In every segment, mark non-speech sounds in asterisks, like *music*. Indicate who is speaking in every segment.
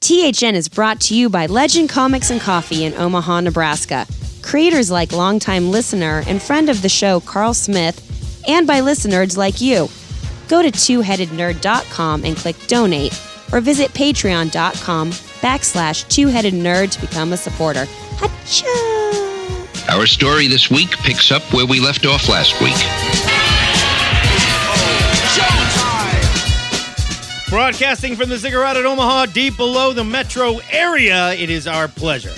Speaker 1: THN is brought to you by Legend Comics and Coffee in Omaha, Nebraska. Creators like longtime listener and friend of the show, Carl Smith, and by listeners like you. Go to twoheadednerd.com and click donate, or visit patreon.com backslash twoheadednerd to become a supporter. Hacha!
Speaker 2: Our story this week picks up where we left off last week.
Speaker 3: Broadcasting from the Ziggurat at Omaha, deep below the metro area, it is our pleasure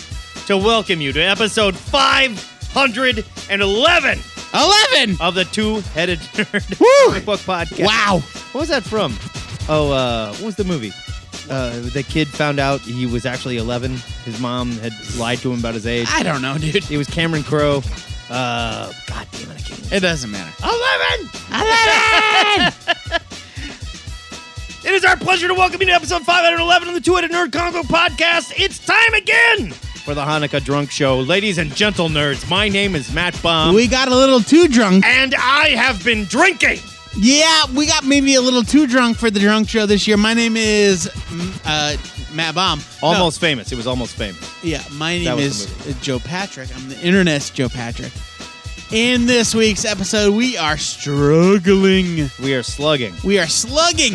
Speaker 3: to welcome you to episode 511
Speaker 4: Eleven.
Speaker 3: of the Two Headed Nerd
Speaker 4: Woo!
Speaker 3: Comic Book Podcast.
Speaker 4: Wow.
Speaker 3: What was that from? Oh, uh, what was the movie? Uh, the kid found out he was actually 11. His mom had lied to him about his age.
Speaker 4: I don't know, dude.
Speaker 3: It was Cameron Crowe. Uh, God damn it, I can't.
Speaker 4: It doesn't matter.
Speaker 3: 11!
Speaker 4: Eleven.
Speaker 3: *laughs* It is our pleasure to welcome you to episode 511 of the Two Headed Nerd Comic Book Podcast. It's time again for the Hanukkah Drunk Show. Ladies and gentle nerds, my name is Matt Baum,
Speaker 4: we got a little too drunk.
Speaker 3: and I have been drinking.
Speaker 4: Yeah, we got maybe a little too drunk for the drunk show this year. My name is mm, uh, Matt Baum. No,
Speaker 3: Almost famous. It was almost famous.
Speaker 4: yeah, my
Speaker 3: That
Speaker 4: name
Speaker 3: was
Speaker 4: is
Speaker 3: the
Speaker 4: uh, Joe Patrick. I'm the internet's Joe Patrick. In this week's episode, we are struggling.
Speaker 3: We are slugging.
Speaker 4: We
Speaker 3: *laughs*
Speaker 4: are slugging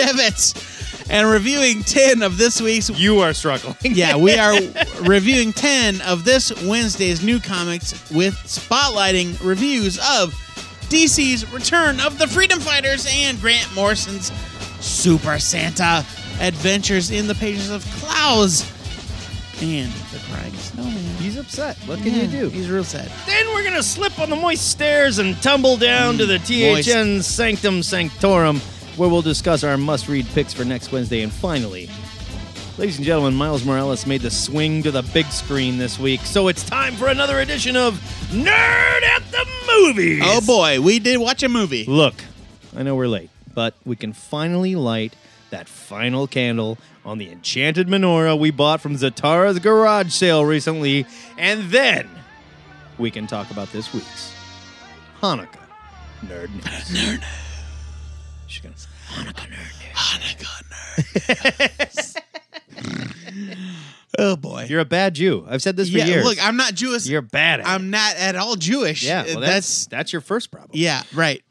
Speaker 4: Manischewitz and reviewing 10 of this week's
Speaker 3: You are struggling.
Speaker 4: Yeah, we are reviewing 10 of this Wednesday's new comics with spotlighting reviews of DC's Return of the Freedom Fighters and Grant Morrison's Super Santa Adventures in the Pages of Klaus and the Crying Snowman.
Speaker 3: He's upset. What
Speaker 4: Yeah, He's real sad.
Speaker 3: Then we're going to slip on the moist stairs and tumble down to the
Speaker 4: Mm, moist.
Speaker 3: THN Sanctum Sanctorum, where we'll discuss our must read picks for next Wednesday. And finally, ladies and gentlemen, Miles Morales made the swing to the big screen this week. So it's time for another edition of Nerd at the Movies.
Speaker 4: Oh boy, we did watch a movie.
Speaker 3: Look, I know we're late, but we can finally light that final candle on the enchanted menorah we bought from Zatara's garage sale recently, and then we can talk about this week's Hanukkah nerd
Speaker 4: *laughs*
Speaker 3: news. Nerd news. She's gonna Hanukkah nerd news.
Speaker 4: *laughs* Oh boy.
Speaker 3: You're a bad Jew. I've said this for
Speaker 4: yeah,
Speaker 3: years.
Speaker 4: look, I'm not Jewish.
Speaker 3: You're bad at it.
Speaker 4: I'm not at all Jewish.
Speaker 3: Yeah,
Speaker 4: Uh,
Speaker 3: well,
Speaker 4: that's
Speaker 3: that's that's your first problem.
Speaker 4: Yeah, right.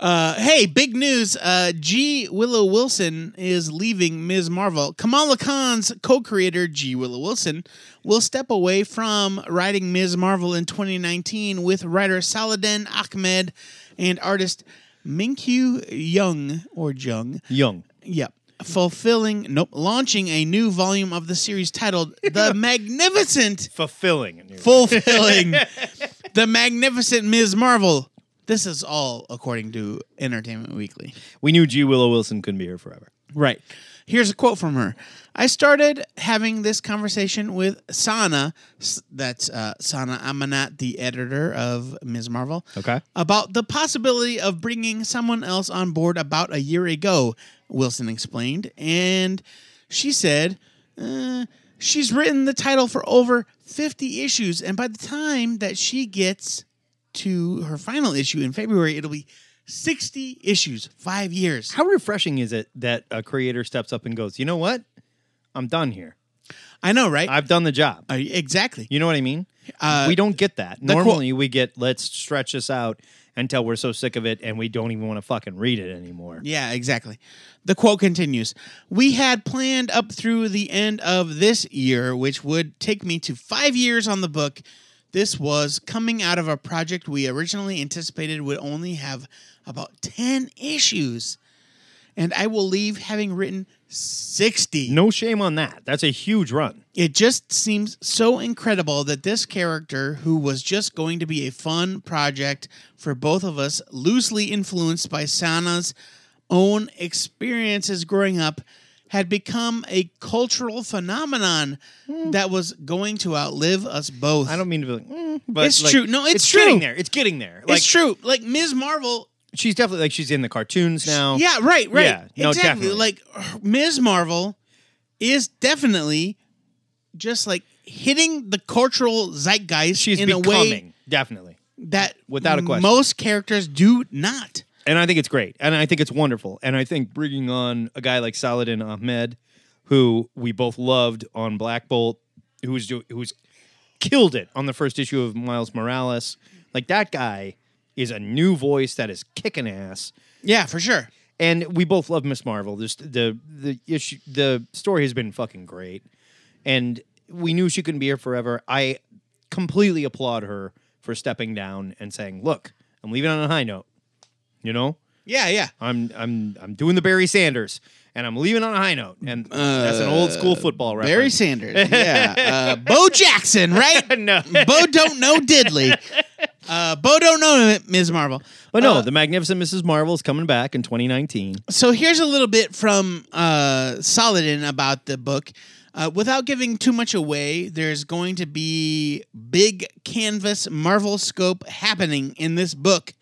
Speaker 4: Uh, hey, big news. Uh, G. Willow Wilson is leaving Ms. Marvel. Kamala Khan's co creator, G. Willow Wilson, will step away from writing Ms. Marvel in 2019 with writer Saladin Ahmed and artist Minkyu Young, or Jung.
Speaker 3: Young.
Speaker 4: Yep. Fulfilling, nope, launching a new volume of the series titled The Magnificent
Speaker 3: Fulfilling.
Speaker 4: fulfilling the magnificent Ms. Marvel. This is all according to Entertainment Weekly.
Speaker 3: We knew G. Willow Wilson couldn't be here forever.
Speaker 4: Right. Here's a quote from her. I started having this conversation with Sana, s- that's uh, Sana Amanat, the editor of Ms. Marvel,
Speaker 3: Okay.
Speaker 4: about the possibility of bringing someone else on board about a year ago, Wilson explained. And she said, uh, she's written the title for over 50 issues. And by the time that she gets to her final issue in February, it'll be 60 issues, five years.
Speaker 3: How refreshing is it that a creator steps up and goes, you know what? I'm done here.
Speaker 4: I know, right?
Speaker 3: I've done the job.
Speaker 4: Uh, exactly.
Speaker 3: You know what I mean?
Speaker 4: Uh,
Speaker 3: we don't get that.
Speaker 4: the quote-
Speaker 3: Normally, we get let's stretch this out until we're so sick of it and we don't even want to fucking read it anymore.
Speaker 4: Yeah, exactly. The quote continues We had planned up through the end of this year, which would take me to five years on the book. This was coming out of a project we originally anticipated would only have about 10 issues. And I will leave having written 60.
Speaker 3: No shame on that. That's a huge run.
Speaker 4: It just seems so incredible that this character, who was just going to be a fun project for both of us, loosely influenced by Sana's own experiences growing up, had become a cultural phenomenon that was going to outlive us both.
Speaker 3: Hmm. I don't mean to be like, mm, but
Speaker 4: It's
Speaker 3: like,
Speaker 4: true. No, it's
Speaker 3: getting
Speaker 4: true.
Speaker 3: there. It's getting there. Like
Speaker 4: it's true. Like Ms. Marvel.
Speaker 3: she's definitely like she's in the cartoons now.
Speaker 4: Yeah, right, right.
Speaker 3: Yeah, no,
Speaker 4: exactly.
Speaker 3: definitely.
Speaker 4: Like Ms. Marvel is definitely just like hitting the cultural zeitgeist
Speaker 3: she's
Speaker 4: in
Speaker 3: becoming
Speaker 4: a way
Speaker 3: definitely.
Speaker 4: that
Speaker 3: Without a question.
Speaker 4: most characters do not.
Speaker 3: And I think it's great. And I think it's wonderful. And I think bringing on a guy like Saladin Ahmed, who we both loved on Black Bolt, who was do- who was killed it on the first issue of Miles Morales. Like that guy is a new voice that is kicking ass
Speaker 4: Yeah, for sure.
Speaker 3: and we both love Miss Marvel. This the the issue the story has been fucking great, and we knew she couldn't be here forever. I completely applaud her for stepping down and saying, "Look, I'm leaving on a high note. You know,
Speaker 4: Yeah, yeah.
Speaker 3: I'm I'm I'm doing the Barry Sanders, and I'm leaving on a high note. And that's an old school football reference.
Speaker 4: Uh,
Speaker 3: *laughs*
Speaker 4: Barry Sanders. Yeah. Uh, Bo Jackson, right?
Speaker 3: no,
Speaker 4: Bo don't know diddly. Uh, Bo don't know Ms. Marvel.
Speaker 3: but no,
Speaker 4: Uh,
Speaker 3: the magnificent Mrs. Marvel is coming back in 2019.
Speaker 4: So here's a little bit from uh, Saladin about the book. Uh, without giving too much away, there's going to be big canvas Marvel scope happening in this book.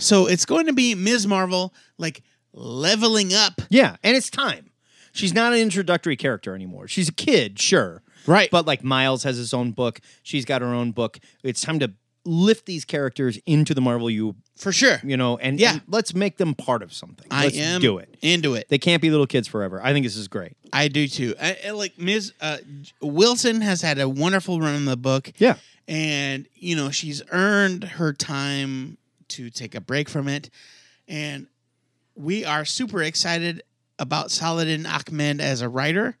Speaker 4: So it's going to be Ms. Marvel like leveling up.
Speaker 3: Yeah, and it's time. She's not an introductory character anymore. She's a kid, sure.
Speaker 4: Right.
Speaker 3: But like Miles has his own book, she's got her own book. It's time to lift these characters into the Marvel you
Speaker 4: For sure.
Speaker 3: you know, and,
Speaker 4: Yeah.
Speaker 3: and let's make them part of something.
Speaker 4: I
Speaker 3: let's
Speaker 4: am
Speaker 3: do it.
Speaker 4: into it.
Speaker 3: They can't be little kids forever. I think this is great.
Speaker 4: I do too. I, I like Ms. Uh, J- Wilson has had a wonderful run in the book.
Speaker 3: Yeah.
Speaker 4: and you know she's earned her time to take a break from it and we are super excited about Saladin Ahmed as a writer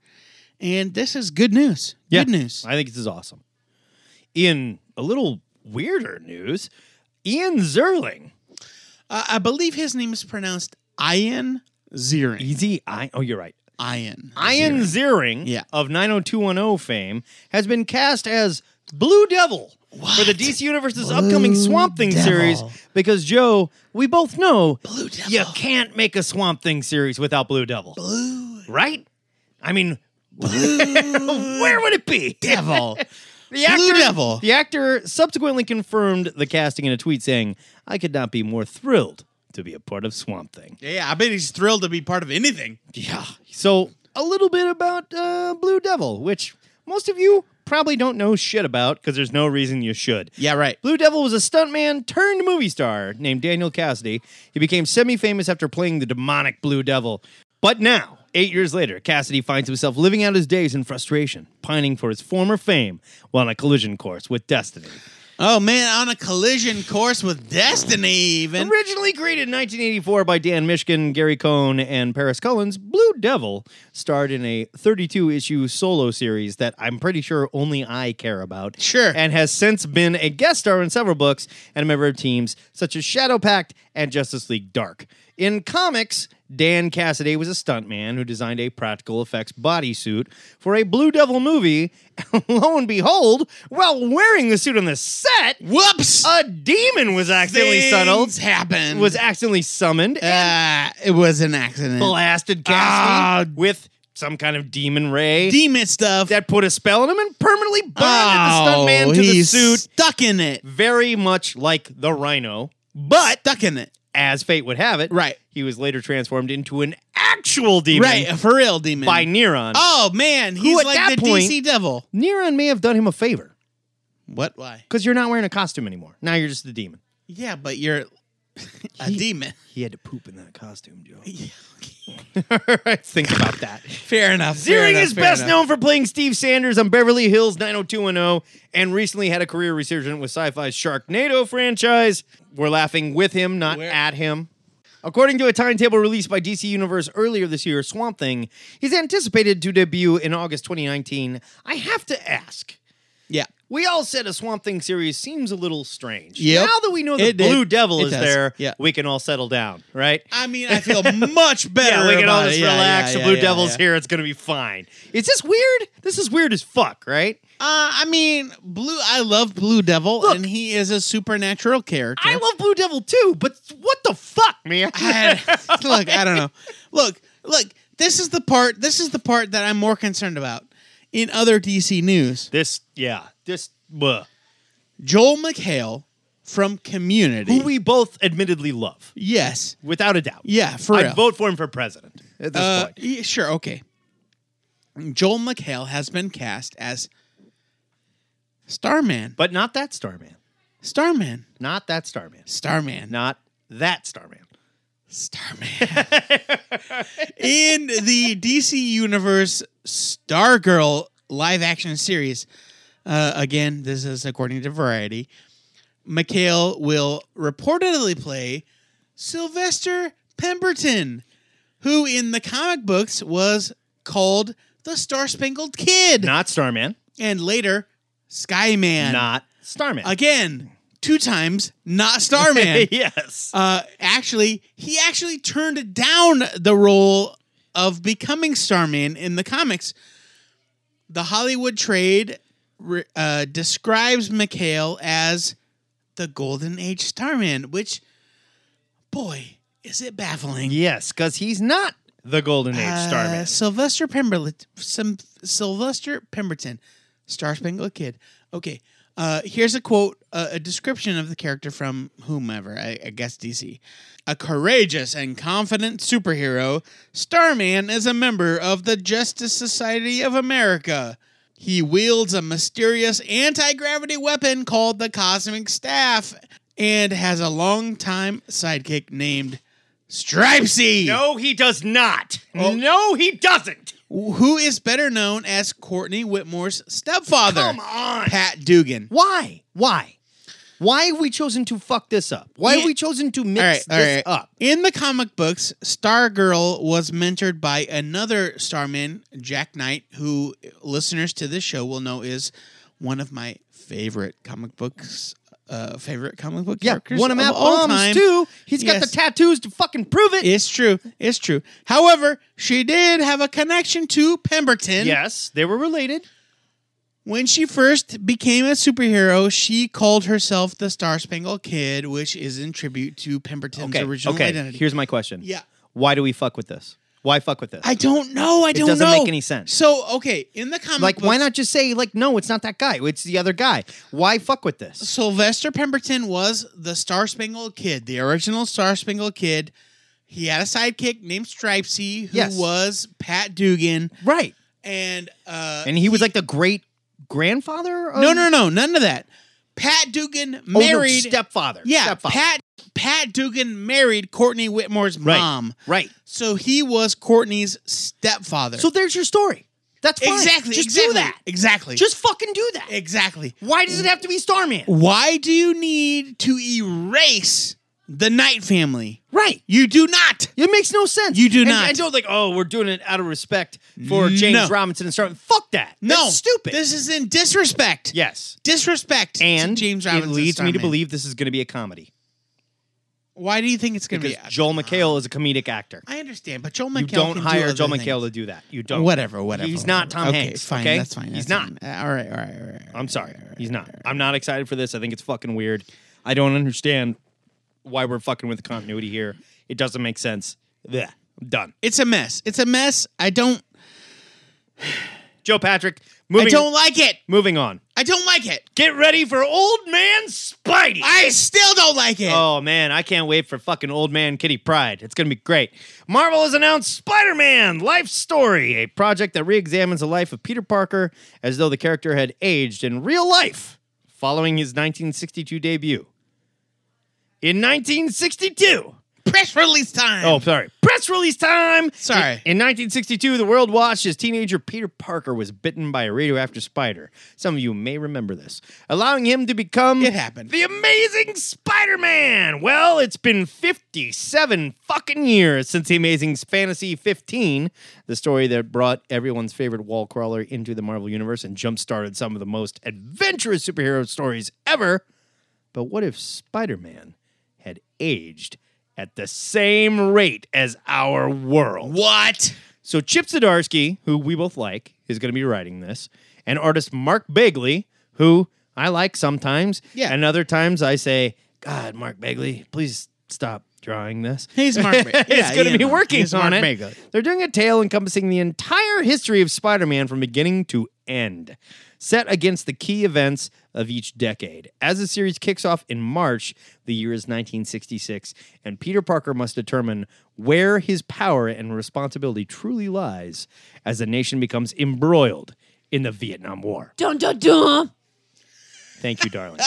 Speaker 4: and this is good news
Speaker 3: Yeah.
Speaker 4: good news
Speaker 3: I think this is awesome. In a little weirder news, Ian Zerling.
Speaker 4: uh, I believe his name is pronounced Ian Ziering
Speaker 3: Easy I oh you're right.
Speaker 4: Ian
Speaker 3: Ian Ziering
Speaker 4: Ziering. Yeah.
Speaker 3: of 90210 fame has been cast as Blue Devil for the DC Universe's upcoming Swamp Thing
Speaker 4: Devil.
Speaker 3: series because Joe, we both know
Speaker 4: Blue Devil
Speaker 3: you can't make a Swamp Thing series without Blue Devil.
Speaker 4: Blue
Speaker 3: Right? I mean, *laughs*
Speaker 4: Blue
Speaker 3: where would it be?
Speaker 4: Devil
Speaker 3: The actor,
Speaker 4: Blue Devil
Speaker 3: The actor subsequently confirmed the casting in a tweet saying, "I could not be more thrilled to be a part of Swamp Thing."
Speaker 4: *laughs* yeah I bet he's thrilled to be part of anything
Speaker 3: Yeah. So a little bit about uh, Blue Devil, which most of you probably don't know shit about because there's no reason you should.
Speaker 4: yeah right
Speaker 3: Blue Devil was a stuntman turned movie star named Daniel Cassidy. He became semi famous after playing the demonic Blue Devil. But now, eight years later, Cassidy finds himself living out his days in frustration, pining for his former fame while on a collision course with destiny.
Speaker 4: oh man on a collision course with destiny even
Speaker 3: Originally created in 1984 by Dan Mishkin, Gary Cohn, and Paris Collins, Blue Devil starred in a 32 issue solo series that I'm pretty sure only I care about.
Speaker 4: Sure.
Speaker 3: And has since been a guest star in several books and a member of teams such as Shadow Pact and Justice League Dark. In comics, Dan Cassidy was a stuntman who designed a practical effects bodysuit for a Blue Devil movie. *laughs* Lo and behold, while wearing the suit on the set,
Speaker 4: whoops
Speaker 3: a demon was accidentally
Speaker 4: Things
Speaker 3: sunned
Speaker 4: happened.
Speaker 3: Uh, was accidentally summoned and
Speaker 4: uh, it was an accident.
Speaker 3: blasted Cassidy with some kind of Ah. demon ray
Speaker 4: Demon stuff.
Speaker 3: that put a spell on him and permanently bonded
Speaker 4: Oh,
Speaker 3: the stuntman to the
Speaker 4: he's
Speaker 3: suit,
Speaker 4: Stuck in it.
Speaker 3: very much like the Rhino.
Speaker 4: But stuck in it.
Speaker 3: As fate would have it,
Speaker 4: Right.
Speaker 3: He was later transformed into an actual demon
Speaker 4: Right, for real, demon.
Speaker 3: by Neron.
Speaker 4: oh man, he's
Speaker 3: at
Speaker 4: like
Speaker 3: that
Speaker 4: the
Speaker 3: point-
Speaker 4: DC devil.
Speaker 3: Neron may have done him a favor
Speaker 4: What? Why?
Speaker 3: because you're not wearing a costume anymore. Now you're just a demon.
Speaker 4: Yeah, but you're *laughs* a demon.
Speaker 3: He had to poop in that costume, Joe. *laughs* All right, think about that.
Speaker 4: Fair enough. fair
Speaker 3: Ziering
Speaker 4: enough,
Speaker 3: is
Speaker 4: fair
Speaker 3: best
Speaker 4: enough.
Speaker 3: known for playing Steve Sanders on Beverly Hills 90210 and recently had a career resurgence with sci fi's Sharknado franchise. We're laughing with him, not
Speaker 4: Where-
Speaker 3: at him. According to a timetable released by DC Universe earlier this year, Swamp Thing is anticipated to debut in August 2019. I have to ask.
Speaker 4: Yeah.
Speaker 3: We all said a Swamp Thing series seems a little strange.
Speaker 4: Yep.
Speaker 3: Now that we know the
Speaker 4: It did.
Speaker 3: Blue Devil
Speaker 4: It
Speaker 3: is
Speaker 4: does.
Speaker 3: there,
Speaker 4: Yeah.
Speaker 3: we can all settle down, right?
Speaker 4: I mean, I feel much better.
Speaker 3: *laughs* Yeah, we can all
Speaker 4: about
Speaker 3: just
Speaker 4: it. Yeah,
Speaker 3: relax.
Speaker 4: yeah,
Speaker 3: the
Speaker 4: yeah,
Speaker 3: Blue
Speaker 4: yeah,
Speaker 3: Devil's
Speaker 4: yeah.
Speaker 3: here. It's gonna be fine. Is this weird? This is weird as fuck, right?
Speaker 4: Uh, I mean, Blue. I love Blue Devil,
Speaker 3: Look.
Speaker 4: and he is a supernatural character.
Speaker 3: I love Blue Devil too, but what the fuck, *laughs* man?
Speaker 4: I- *laughs* look, I don't know. Look, look. This is the part. This is the part that I'm more concerned about. In other DC news,
Speaker 3: this, yeah, this, bleh.
Speaker 4: Joel McHale from Community.
Speaker 3: who we both admittedly love,
Speaker 4: yes,
Speaker 3: without a doubt.
Speaker 4: yeah, for
Speaker 3: I'd
Speaker 4: real.
Speaker 3: vote for him for president at this
Speaker 4: Uh,
Speaker 3: point.
Speaker 4: yeah, sure, okay. Joel McHale has been cast as Starman.
Speaker 3: But not that Starman.
Speaker 4: Starman.
Speaker 3: Not that Starman.
Speaker 4: Starman.
Speaker 3: Not that Starman.
Speaker 4: Starman. *laughs* In the DC Universe Stargirl live action series, uh, again, this is according to Variety, Mikhail will reportedly play Sylvester Pemberton, who in the comic books was called the Star Spangled Kid
Speaker 3: Not Starman.
Speaker 4: and later Skyman.
Speaker 3: Not Starman.
Speaker 4: Again, two times,
Speaker 3: *laughs*
Speaker 4: not Starman.
Speaker 3: yes.
Speaker 4: uh, actually, he actually turned down the role of becoming Starman in the comics. The Hollywood Trade re- uh, describes McHale as the Golden Age Starman, which, boy, is it baffling.
Speaker 3: yes, because he's not the Golden Age
Speaker 4: Uh,
Speaker 3: Starman.
Speaker 4: Sylvester Pemberton. Some Sylvester Pemberton, Star Spangled Kid. Okay. Uh, here's a quote, uh, a description of the character from whomever, I, I guess DC. A courageous and confident superhero, Starman is a member of the Justice Society of America. He wields a mysterious anti gravity weapon called the Cosmic Staff and has a longtime sidekick named Stripesy.
Speaker 3: No, he does not.
Speaker 4: Oh.
Speaker 3: No, he doesn't.
Speaker 4: who is better known as Courtney Whitmore's stepfather,
Speaker 3: Come on.
Speaker 4: Pat Dugan.
Speaker 3: Why? Why? Why have we chosen to fuck this up? Why have
Speaker 4: Yeah.
Speaker 3: we chosen to mix
Speaker 4: All right, all
Speaker 3: this
Speaker 4: right.
Speaker 3: up?
Speaker 4: In the comic books, Stargirl was mentored by another Starman, Jack Knight, who listeners to this show will know is one of my favorite comic books, uh, favorite comic book
Speaker 3: Yeah,
Speaker 4: characters
Speaker 3: one of Matt
Speaker 4: all
Speaker 3: Baum's
Speaker 4: time.
Speaker 3: too. He's got
Speaker 4: Yes.
Speaker 3: the tattoos to fucking prove it.
Speaker 4: It's true. It's true. However, she did have a connection to Pemberton.
Speaker 3: yes, they were related.
Speaker 4: When she first became a superhero, she called herself the Star Spangled Kid, which is in tribute to Pemberton's
Speaker 3: Okay,
Speaker 4: original
Speaker 3: okay.
Speaker 4: identity.
Speaker 3: Here's my question.
Speaker 4: Yeah.
Speaker 3: Why do we fuck with this? Why fuck with this?
Speaker 4: I don't know. I don't know.
Speaker 3: doesn't make any sense.
Speaker 4: So, okay, in the comic
Speaker 3: like, why
Speaker 4: books,
Speaker 3: not just say like, no, it's not that guy. It's the other guy. Why fuck with this?
Speaker 4: Sylvester Pemberton was the Star Spangled Kid, the original Star Spangled Kid. He had a sidekick named Stripesy, who
Speaker 3: Yes.
Speaker 4: was Pat Dugan,
Speaker 3: Right.
Speaker 4: and uh,
Speaker 3: And he was like the great grandfather. Of,
Speaker 4: no, no, no, none of that. Pat Dugan
Speaker 3: Oh, no,
Speaker 4: married
Speaker 3: stepfather.
Speaker 4: Yeah,
Speaker 3: Stepfather.
Speaker 4: Pat Pat Dugan married Courtney Whitmore's
Speaker 3: Right.
Speaker 4: mom.
Speaker 3: Right.
Speaker 4: So he was Courtney's stepfather.
Speaker 3: So there's your story. That's fine.
Speaker 4: exactly,
Speaker 3: Just
Speaker 4: exactly,
Speaker 3: do that.
Speaker 4: Exactly.
Speaker 3: Just fucking do that.
Speaker 4: exactly.
Speaker 3: Why does it have to be Starman?
Speaker 4: Why do you need to erase the Knight family?
Speaker 3: Right.
Speaker 4: You do not.
Speaker 3: It makes no sense.
Speaker 4: You do
Speaker 3: and,
Speaker 4: not.
Speaker 3: And don't like, oh, we're doing it out of respect for James
Speaker 4: No.
Speaker 3: Robinson and Starman. Fuck that.
Speaker 4: No.
Speaker 3: That's stupid.
Speaker 4: This is in disrespect.
Speaker 3: yes.
Speaker 4: Disrespect. to
Speaker 3: And
Speaker 4: James
Speaker 3: it
Speaker 4: Robinson
Speaker 3: leads me to
Speaker 4: Starman.
Speaker 3: believe this is going to be a comedy
Speaker 4: Why do you think it's going to
Speaker 3: because
Speaker 4: be?
Speaker 3: Joel McHale is a comedic actor.
Speaker 4: I understand, but Joel McHale.
Speaker 3: You don't
Speaker 4: can do
Speaker 3: hire
Speaker 4: other
Speaker 3: Joel
Speaker 4: things.
Speaker 3: McHale to do that. You don't.
Speaker 4: Whatever, whatever.
Speaker 3: He's not Tom
Speaker 4: okay,
Speaker 3: Hanks.
Speaker 4: Fine,
Speaker 3: okay?
Speaker 4: that's fine.
Speaker 3: He's
Speaker 4: that's
Speaker 3: not.
Speaker 4: fine. Uh, All right, all right, all right.
Speaker 3: I'm sorry. He's not. I'm not excited for this. I think it's fucking weird. I don't understand why we're fucking with the continuity here. It doesn't make sense. Yeah. Done.
Speaker 4: It's a mess. It's a mess. I don't.
Speaker 3: Joe Patrick, moving,
Speaker 4: I don't like it.
Speaker 3: moving on.
Speaker 4: I don't like it.
Speaker 3: Get ready for Old Man Spidey.
Speaker 4: I still don't like it.
Speaker 3: Oh man, I can't wait for fucking old man Kitty Pride. It's gonna be great. Marvel has announced Spider Man Life Story, a project that re examines the life of Peter Parker as though the character had aged in real life following his 1962 debut. In 1962,
Speaker 4: Press release time.
Speaker 3: Oh, sorry. Press release time.
Speaker 4: Sorry.
Speaker 3: In, in 1962, the world watched as teenager Peter Parker was bitten by a radioactive spider. Some of you may remember this, allowing him to become
Speaker 4: It happened.
Speaker 3: the Amazing Spider-Man. Well, it's been 57 fucking years since the Amazing Fantasy 15, the story that brought everyone's favorite wall crawler into the Marvel universe and jump-started some of the most adventurous superhero stories ever. But what if Spider Man had aged at the same rate as our world?
Speaker 4: What?
Speaker 3: So Chip Zdarsky, who we both like, is going to be writing this, and artist Mark Bagley, who I like sometimes,
Speaker 4: Yeah.
Speaker 3: and other times I say, God, Mark Bagley, please stop drawing this.
Speaker 4: He's Mark. Ba-
Speaker 3: *laughs* it's
Speaker 4: yeah,
Speaker 3: going to
Speaker 4: yeah,
Speaker 3: be
Speaker 4: no.
Speaker 3: working
Speaker 4: He's
Speaker 3: on
Speaker 4: Mark
Speaker 3: it.
Speaker 4: Bagley.
Speaker 3: They're doing a tale encompassing the entire history of Spider-Man from beginning to end, set against the key events of each decade. As the series kicks off in March, the year is 1966, and Peter Parker must determine where his power and responsibility truly lies as the nation becomes embroiled in the Vietnam War.
Speaker 1: Dun dun dun.
Speaker 3: *laughs* Thank you, darling.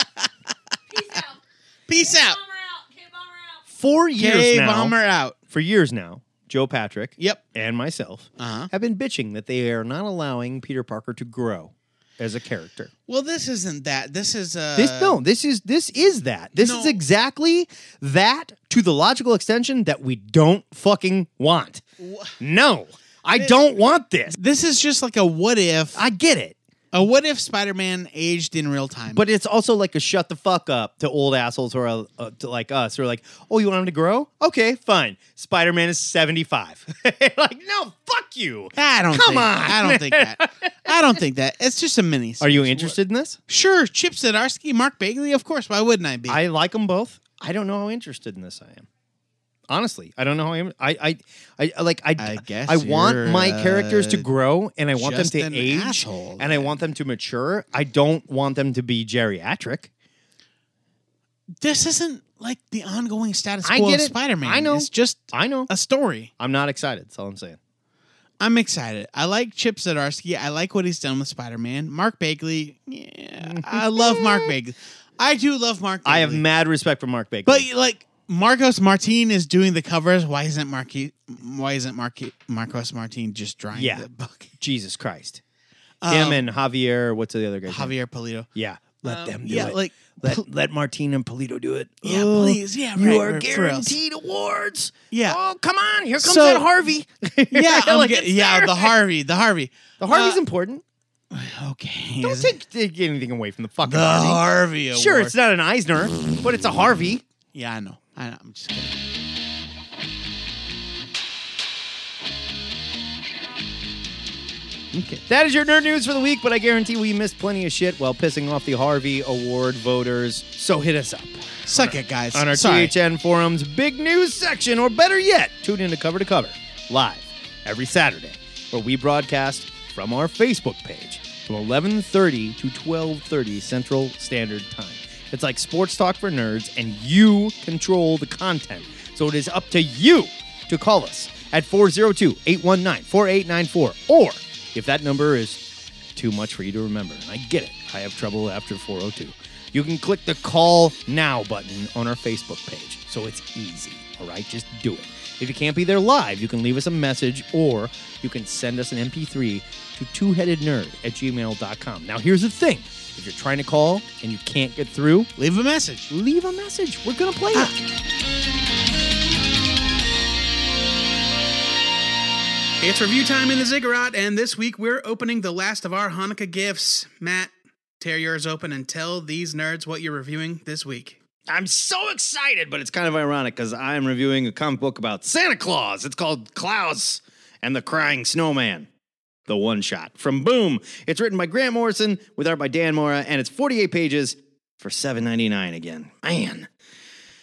Speaker 4: Peace out.
Speaker 5: Bummer out. Kid, bummer out.
Speaker 3: four years
Speaker 4: Gay
Speaker 3: now,
Speaker 4: bomber out.
Speaker 3: for years now, Joe Patrick
Speaker 4: Yep.
Speaker 3: and myself
Speaker 4: Uh-huh.
Speaker 3: have been bitching that they are not allowing Peter Parker to grow as a character.
Speaker 4: Well, this isn't that. This is uh
Speaker 3: This no, this is this is that. This is
Speaker 4: no.
Speaker 3: exactly that to the logical extension that we don't fucking want. No. I don't want this.
Speaker 4: This is just like a what if.
Speaker 3: I get it.
Speaker 4: A what if Spider-Man aged in real time.
Speaker 3: But it's also like a shut the fuck up to old assholes who are uh, to like us who are like, oh, you want him to grow? Okay, fine. Spider Man is 75. *laughs* like, no, fuck you.
Speaker 4: I don't
Speaker 3: Come
Speaker 4: think,
Speaker 3: on.
Speaker 4: I don't
Speaker 3: *laughs*
Speaker 4: think that. I don't think that. It's just a mini.
Speaker 3: Are you interested in this?
Speaker 4: Sure, Chip Zdarsky, Mark Bagley. Of course. Why wouldn't I be?
Speaker 3: I like them both. I don't know how interested in this I am. Honestly, I don't know how I am. I, I, I like. I,
Speaker 4: I guess
Speaker 3: I want
Speaker 4: you're,
Speaker 3: my
Speaker 4: uh,
Speaker 3: characters to grow, and I want them
Speaker 4: just
Speaker 3: to
Speaker 4: an
Speaker 3: age,
Speaker 4: asshole,
Speaker 3: and I want them to mature. I don't want them to be geriatric.
Speaker 4: this isn't like the ongoing status
Speaker 3: I
Speaker 4: quo
Speaker 3: get
Speaker 4: of
Speaker 3: it.
Speaker 4: Spider-Man.
Speaker 3: I know.
Speaker 4: It's just
Speaker 3: I know.
Speaker 4: a story.
Speaker 3: I'm not excited. That's all I'm saying.
Speaker 4: I'm excited. I like Chip Zdarsky. I like what he's done with Spider-Man. Mark Bagley. Yeah, I love
Speaker 3: *laughs*
Speaker 4: Mark Bagley. I do love Mark. Bagley.
Speaker 3: I have mad respect for Mark Baker.
Speaker 4: But like Marcos Martin is doing the covers. Why isn't Marquis? Why isn't Marquis Marcos Martin just drawing
Speaker 3: Yeah.
Speaker 4: the book?
Speaker 3: Jesus Christ,
Speaker 4: Um,
Speaker 3: him and Javier. What's the other guy's name?
Speaker 4: Javier Polito.
Speaker 3: Yeah, let
Speaker 4: Um,
Speaker 3: them do
Speaker 4: yeah,
Speaker 3: it.
Speaker 4: like
Speaker 3: let *laughs*
Speaker 4: pl-
Speaker 3: let Martin and Polito do it.
Speaker 4: Yeah,
Speaker 3: Oh,
Speaker 4: please. Yeah,
Speaker 3: you
Speaker 4: right,
Speaker 3: are
Speaker 4: right, for us.
Speaker 3: guaranteed awards.
Speaker 4: Yeah.
Speaker 3: Oh, come on. Here comes
Speaker 4: So-
Speaker 3: that *laughs* Harvey.
Speaker 4: *laughs* yeah, I'm
Speaker 3: Like,
Speaker 4: ge-
Speaker 3: it's
Speaker 4: yeah,
Speaker 3: there.
Speaker 4: the Harvey, the Harvey,
Speaker 3: The Harvey's
Speaker 4: Uh,
Speaker 3: important.
Speaker 4: okay.
Speaker 3: Don't
Speaker 4: is-
Speaker 3: take, take anything away from the fucking
Speaker 4: the
Speaker 3: Harvey.
Speaker 4: Harvey. Award.
Speaker 3: Sure, it's not an Eisner, but it's a Harvey.
Speaker 4: yeah, I know. I know. I'm just. Kidding.
Speaker 3: That is your nerd news for the week, but I guarantee we missed plenty of shit while pissing off the Harvey Award voters. So hit us up.
Speaker 4: Suck it, guys.
Speaker 3: on our
Speaker 4: Sorry.
Speaker 3: THN forums big news section, or better yet, tune in to Cover to Cover live every Saturday, where we broadcast from our Facebook page from 11:30 to 12:30 Central Standard Time. It's like sports talk for nerds, and you control the content, so it is up to you to call us at 402-819-4894, or if that number is too much for you to remember. And I get it. I have trouble after 402. You can click the call now button on our Facebook page. So it's easy. All right, just do it. If you can't be there live, you can leave us a message or you can send us an MP3 to twoheadednerd at gmail.com. Now, here's the thing if you're trying to call and you can't get through,
Speaker 4: Leave a message.
Speaker 3: leave a message. We're going to play it.
Speaker 4: It's review time in the ziggurat, and this week we're opening the last of our Hanukkah gifts. Matt, tear yours open and tell these nerds what you're reviewing this week.
Speaker 3: I'm so excited, but it's kind of ironic because I'm reviewing a comic book about Santa Claus. It's called Klaus and the Crying Snowman, the one shot from Boom. It's written by Grant Morrison with art by Dan Mora, and it's 48 pages for $7.99 again. Man.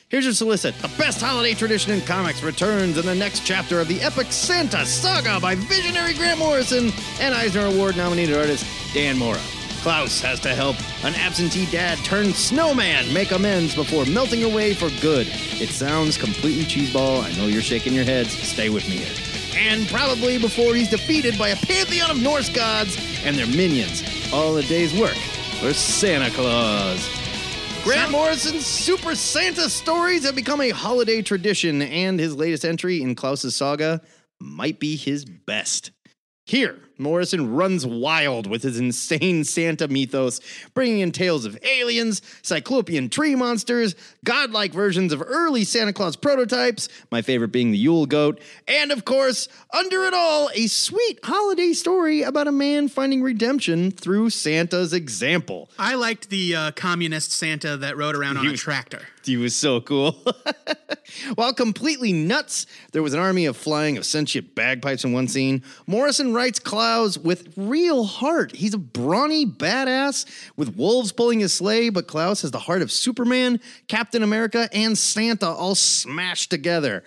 Speaker 3: Here's your solicit. The best holiday tradition in comics returns in the next chapter of the epic Santa Saga by visionary Grant Morrison and Eisner Award nominated artist Dan Mora. Klaus has to help an absentee dad turned snowman make amends before melting away for good. It sounds completely cheeseball. I know you're shaking your heads. Stay with me here. And probably before he's defeated by a pantheon of Norse gods and their minions. All a day's work for Santa Claus. Grant Morrison's Super Santa stories have become a holiday tradition, and his latest entry in Klaus's saga might be his best. Here, Morrison runs wild with his insane Santa mythos, bringing in tales of aliens, cyclopean tree monsters, godlike versions of early Santa Claus prototypes, my favorite being the Yule Goat, and of course, under it all, a sweet holiday story about a man finding redemption through Santa's example.
Speaker 4: I liked the uh, communist Santa that rode around on a tractor.
Speaker 3: He was so cool. *laughs* While completely nuts, there was an army of flying of sentient bagpipes in one scene. Morrison writes Klaus with real heart. He's a brawny badass with wolves pulling his sleigh, but Klaus has the heart of Superman, Captain America, and Santa all smashed together.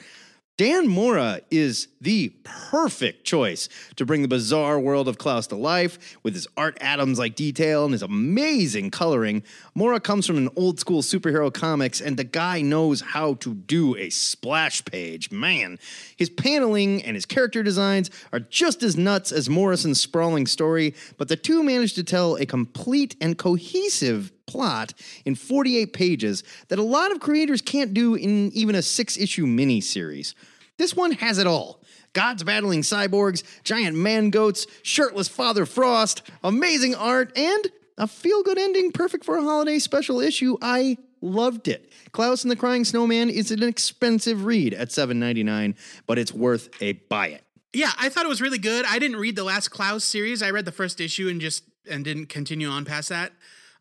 Speaker 3: Dan Mora is the perfect choice to bring the bizarre world of Klaus to life with his Art Adams like detail and his amazing coloring. Mora comes from an old school superhero comics, and the guy knows how to do a splash page. Man, his paneling and his character designs are just as nuts as Morrison's sprawling story, but the two manage to tell a complete and cohesive plot in 48 pages that a lot of creators can't do in even a six issue miniseries. This one has it all gods battling cyborgs, giant man goats, shirtless Father Frost, amazing art, and a feel good ending perfect for a holiday special issue. I loved it. Klaus and the Crying Snowman is an expensive read at $7.99, but it's worth a buy it.
Speaker 4: Yeah, I thought it was really good. I didn't read the last Klaus series. I read the first issue and just and didn't continue on past that.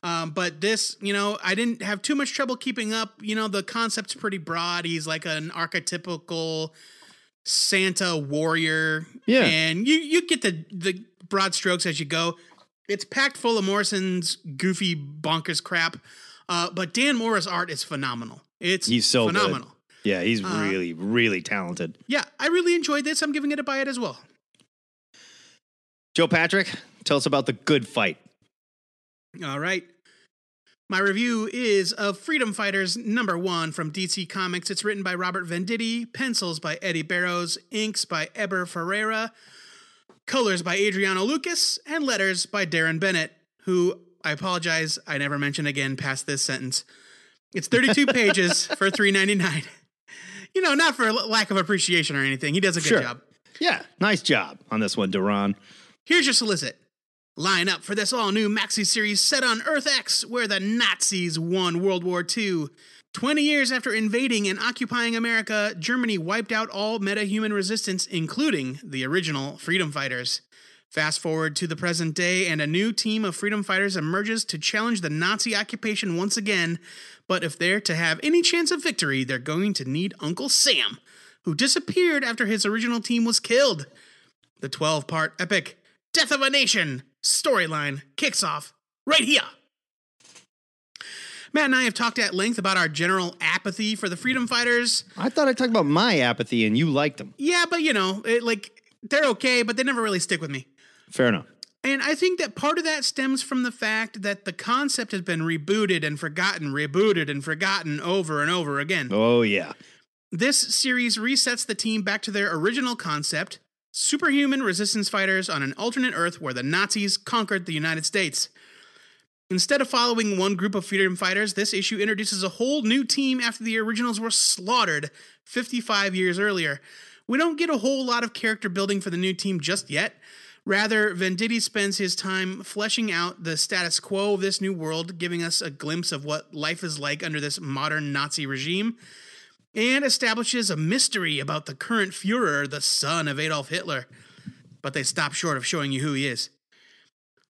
Speaker 4: Um, but this, you know, I didn't have too much trouble keeping up. You know, the concept's pretty broad. He's like an archetypical Santa warrior.
Speaker 6: Yeah.
Speaker 4: And you you get the the broad strokes as you go. It's packed full of Morrison's goofy bonkers crap. Uh, but Dan Morris art is phenomenal. It's
Speaker 3: He's so good.
Speaker 4: phenomenal.
Speaker 3: Yeah, he's really, really talented.
Speaker 4: Yeah, I really enjoyed this. I'm giving it a buy it as well.
Speaker 3: Joe Patrick, tell us about the good fight.
Speaker 4: All right. My review is of Freedom Fighters number one from DC Comics. It's written by Robert Venditti, pencils by Eddie Barrows, inks by Eber Ferreira, colors by Adriano Lucas, and letters by Darren Bennett, who I apologize, I never mention again past this sentence. It's 32 pages for 3.99. You know, not for l- lack of appreciation or anything. He does a good
Speaker 3: Sure.
Speaker 4: job.
Speaker 3: Yeah, nice job on this one, Duran.
Speaker 4: Here's your solicit. Line up for this all new maxi series set on Earth X, where the Nazis won World War II. 20 years after invading and occupying America, Germany wiped out all metahuman resistance, including the original freedom fighters. Fast forward to the present day, and a new team of freedom fighters emerges to challenge the Nazi occupation once again. But if they're to have any chance of victory, they're going to need Uncle Sam, who disappeared after his original team was killed. The 12 part epic Death of a Nation storyline kicks off right here. Matt and I have talked at length about our general apathy for the freedom fighters.
Speaker 3: I thought I talked about my apathy and you liked him.
Speaker 4: Yeah, but you know, it, like they're okay, but they never really stick with me.
Speaker 3: Fair enough.
Speaker 4: And I think that part of that stems from the fact that the concept has been rebooted and forgotten, rebooted and forgotten over and over again.
Speaker 3: Oh, yeah.
Speaker 4: This series resets the team back to their original concept superhuman resistance fighters on an alternate Earth where the Nazis conquered the United States. Instead of following one group of freedom fighters, this issue introduces a whole new team after the originals were slaughtered 55 years earlier. We don't get a whole lot of character building for the new team just yet. Rather, Venditti spends his time fleshing out the status quo of this new world, giving us a glimpse of what life is like under this modern Nazi regime and establishes a mystery about the current Fuhrer, the son of Adolf Hitler. But they stop short of showing you who he is.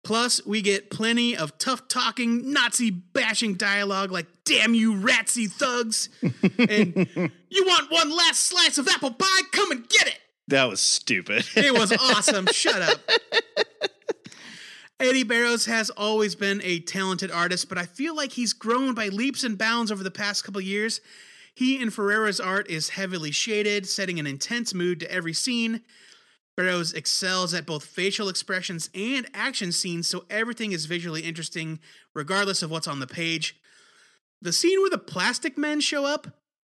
Speaker 4: Plus, we get plenty of tough talking, Nazi bashing dialogue like, damn you ratsy thugs, and you want one last slice of apple pie? Come and get it!
Speaker 3: That was stupid. *laughs*
Speaker 4: It was awesome. Shut up. Eddie Barrows has always been a talented artist, but I feel like he's grown by leaps and bounds over the past couple years. He and Ferreira's art is heavily shaded, setting an intense mood to every scene. Barrows excels at both facial expressions and action scenes, so everything is visually interesting, regardless of what's on the page. The scene where the plastic men show up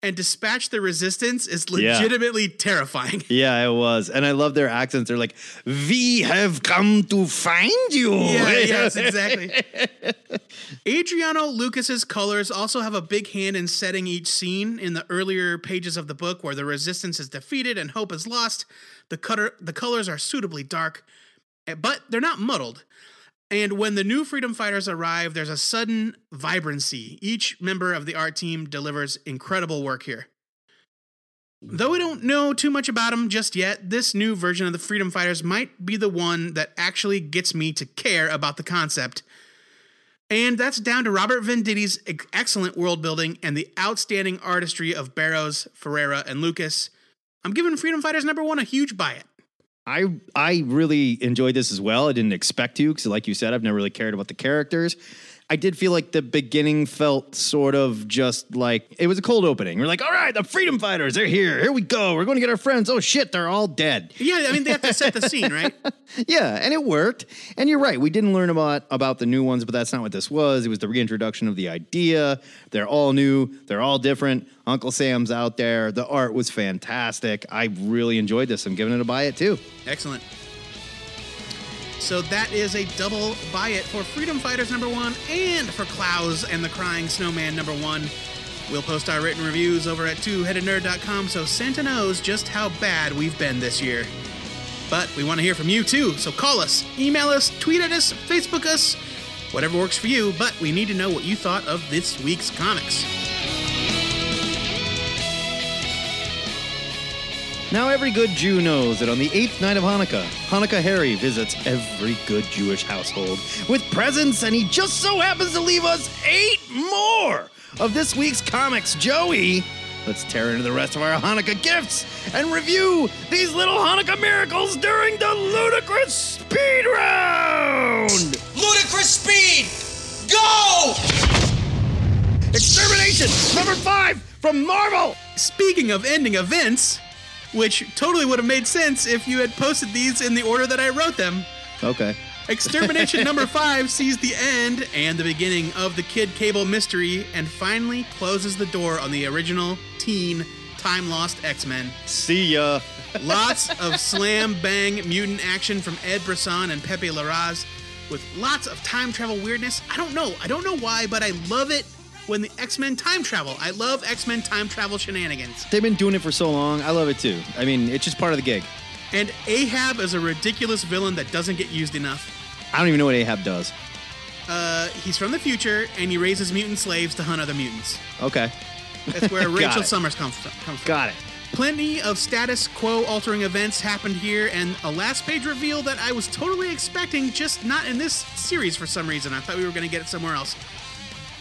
Speaker 4: and dispatch the resistance is
Speaker 3: Yeah.
Speaker 4: legitimately terrifying. *laughs*
Speaker 3: yeah, it was. And I love their accents. They're like, We have come to find you. *laughs*
Speaker 4: Yeah, yes, exactly. Adriano Lucas's colors also have a big hand in setting each scene in the earlier pages of the book where the resistance is defeated and hope is lost. The cutter the colors are suitably dark, eh, but they're not muddled. And when the new freedom fighters arrive, there's a sudden vibrancy. Each member of the art team delivers incredible work here. Though we don't know too much about them just yet, this new version of the Freedom Fighters might be the one that actually gets me to care about the concept. And that's down to Robert Venditti's ex- excellent world building and the outstanding artistry of Barrows, Ferreira, and Lucas. I'm giving Freedom Fighters number one a huge buy it.
Speaker 3: I I really enjoyed this as well. I didn't expect to because, like you said, I've never really cared about the characters. I did feel like the beginning felt sort of just like it was a cold opening. We're like, all right, the freedom fighters, they're here. Here we go. We're going to get our friends. Oh shit, they're all dead.
Speaker 4: Yeah, I mean, they have to set the scene, right?
Speaker 3: Yeah, and it worked. And you're right. We didn't learn about about the new ones, but that's not what this was. It was the reintroduction of the idea. They're all new. They're all different. Uncle Sam's out there. The art was fantastic. I really enjoyed this. I'm giving it a buy it too.
Speaker 4: Excellent. So that is a double buy it for Freedom Fighters number one and for Klaus and the Crying Snowman number one. We'll post our written reviews over at twoheadednerd.com so Santa knows just how bad we've been this year. But we want to hear from you too, so call us, email us, tweet at us, Facebook us, whatever works for you, but we need to know what you thought of this week's comics.
Speaker 3: Now, every good Jew knows that on the eighth night of Hanukkah, Hanukkah Harry visits every good Jewish household with presents, and he just so happens to leave us eight more of this week's comics. Joey, let's tear into the rest of our Hanukkah gifts and review these little Hanukkah miracles during the ludicrous speed round!
Speaker 7: Ludicrous speed! Go!
Speaker 3: Extermination number five from Marvel!
Speaker 4: Speaking of ending events, which totally would have made sense if you had posted these in the order that I wrote them.
Speaker 3: Okay.
Speaker 4: Extermination number five sees the end and the beginning of the Kid Cable mystery and finally closes the door on the original teen time lost X Men.
Speaker 3: See ya.
Speaker 4: Lots of slam bang mutant action from Ed Brisson and Pepe Larraz with lots of time travel weirdness. I don't know. I don't know why, but I love it when the X Men time travel. I love X Men time travel shenanigans.
Speaker 3: They've been doing it for so long. I love it too. I mean, it's just part of the gig.
Speaker 4: And Ahab is a ridiculous villain that doesn't get used enough.
Speaker 3: I don't even know what Ahab does.
Speaker 4: Uh, he's from the future, and he raises mutant slaves to hunt other mutants.
Speaker 3: Okay.
Speaker 4: That's where Rachel
Speaker 3: it.
Speaker 4: Summers comes from. Comes from.
Speaker 3: Got it.
Speaker 4: Plenty of status quo altering events happened here, and a last page reveal that I was totally expecting, just not in this series for some reason. I thought we were going to get it somewhere else.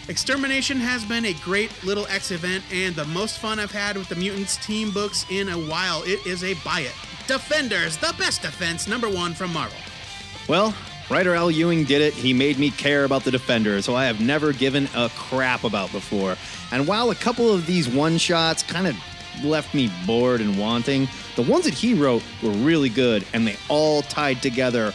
Speaker 4: Extermination has been a great little X event, and the most fun I've had with the Mutants team books in a while. It is a buy it. Defenders, the best defense, number one from Marvel.
Speaker 3: Well, writer Al Ewing did it. He made me care about the Defender, so I have never given a crap about before. And while a couple of these one shots kind of left me bored and wanting, the ones that he wrote were really good and they all tied together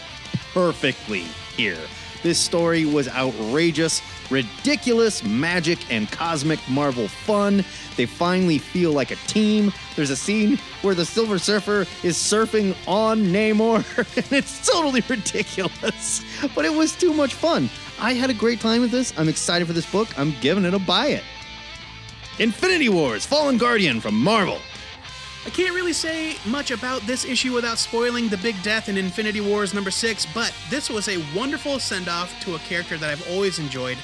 Speaker 3: perfectly here. This story was outrageous, ridiculous magic and cosmic Marvel fun. They finally feel like a team. There's a scene where the Silver Surfer is surfing on Namor, *laughs* and it's totally ridiculous, but it was too much fun. I had a great time with this. I'm excited for this book. I'm giving it a buy it. Infinity Wars Fallen Guardian from Marvel.
Speaker 4: I can't really say much about this issue without spoiling the big death in Infinity Wars number 6, but this was a wonderful send off to a character that I've always enjoyed.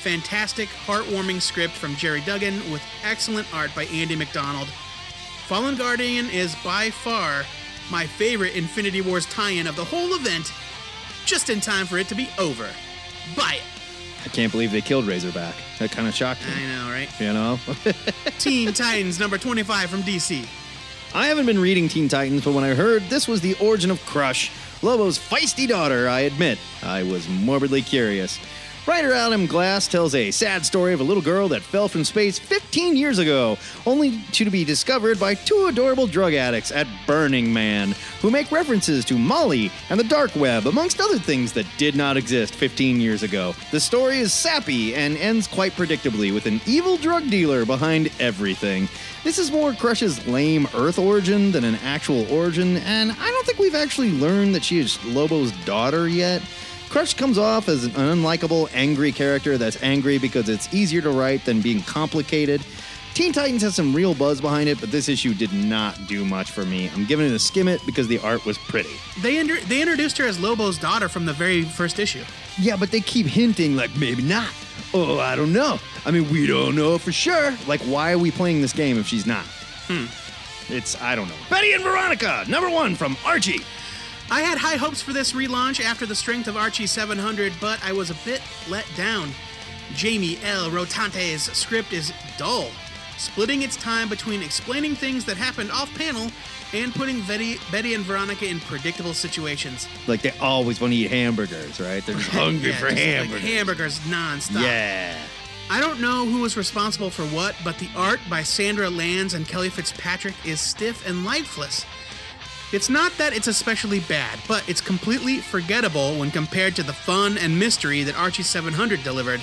Speaker 4: Fantastic, heartwarming script from Jerry Duggan with excellent art by Andy McDonald. Fallen Guardian is by far my favorite Infinity Wars tie in of the whole event, just in time for it to be over. Buy it!
Speaker 3: I can't believe they killed Razorback. That kind of shocked
Speaker 4: I
Speaker 3: me.
Speaker 4: know, right?
Speaker 3: You know?
Speaker 4: Teen Titans number 25 from DC.
Speaker 3: I haven't been reading Teen Titans, but when I heard this was the origin of Crush, Lobo's feisty daughter, I admit, I was morbidly curious. Writer Adam Glass tells a sad story of a little girl that fell from space 15 years ago, only to be discovered by two adorable drug addicts at Burning Man, who make references to Molly and the dark web, amongst other things that did not exist 15 years ago. The story is sappy and ends quite predictably with an evil drug dealer behind everything. This is more Crush's lame Earth origin than an actual origin, and I don't think we've actually learned that she is Lobo's daughter yet. Crush comes off as an unlikable, angry character that's angry because it's easier to write than being complicated. Teen Titans has some real buzz behind it, but this issue did not do much for me. I'm giving it a skim it because the art was pretty.
Speaker 4: They, inter- they introduced her as Lobo's daughter from the very first issue.
Speaker 3: Yeah, but they keep hinting like maybe not. Oh, I don't know. I mean, we don't know for sure. Like, why are we playing this game if she's not? Hmm. It's I don't know. Betty and Veronica, number one from Archie.
Speaker 4: I had high hopes for this relaunch after the strength of Archie 700, but I was a bit let down. Jamie L. Rotante's script is dull, splitting its time between explaining things that happened off panel and putting Betty, Betty and Veronica in predictable situations.
Speaker 3: Like they always want to eat hamburgers, right? They're just hungry
Speaker 4: *laughs* Yeah,
Speaker 3: for
Speaker 4: just, like,
Speaker 3: hamburgers.
Speaker 4: hamburgers nonstop.
Speaker 3: yeah.
Speaker 4: I don't know who was responsible for what, but the art by Sandra Lands and Kelly Fitzpatrick is stiff and lifeless. It's not that it's especially bad, but it's completely forgettable when compared to the fun and mystery that Archie 700 delivered.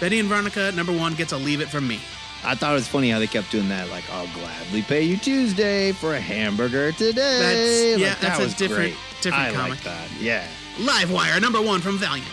Speaker 4: Betty and Veronica, number one, gets a leave it from me.
Speaker 3: I thought it was funny how they kept doing that. Like, I'll gladly pay you Tuesday for a hamburger today.
Speaker 4: That's-
Speaker 3: Like,
Speaker 4: yeah,
Speaker 3: that
Speaker 4: that's a
Speaker 3: was
Speaker 4: different-
Speaker 3: great.
Speaker 4: different
Speaker 3: I
Speaker 4: comic.
Speaker 3: Like that. Yeah.
Speaker 4: Livewire, number one from Valiant.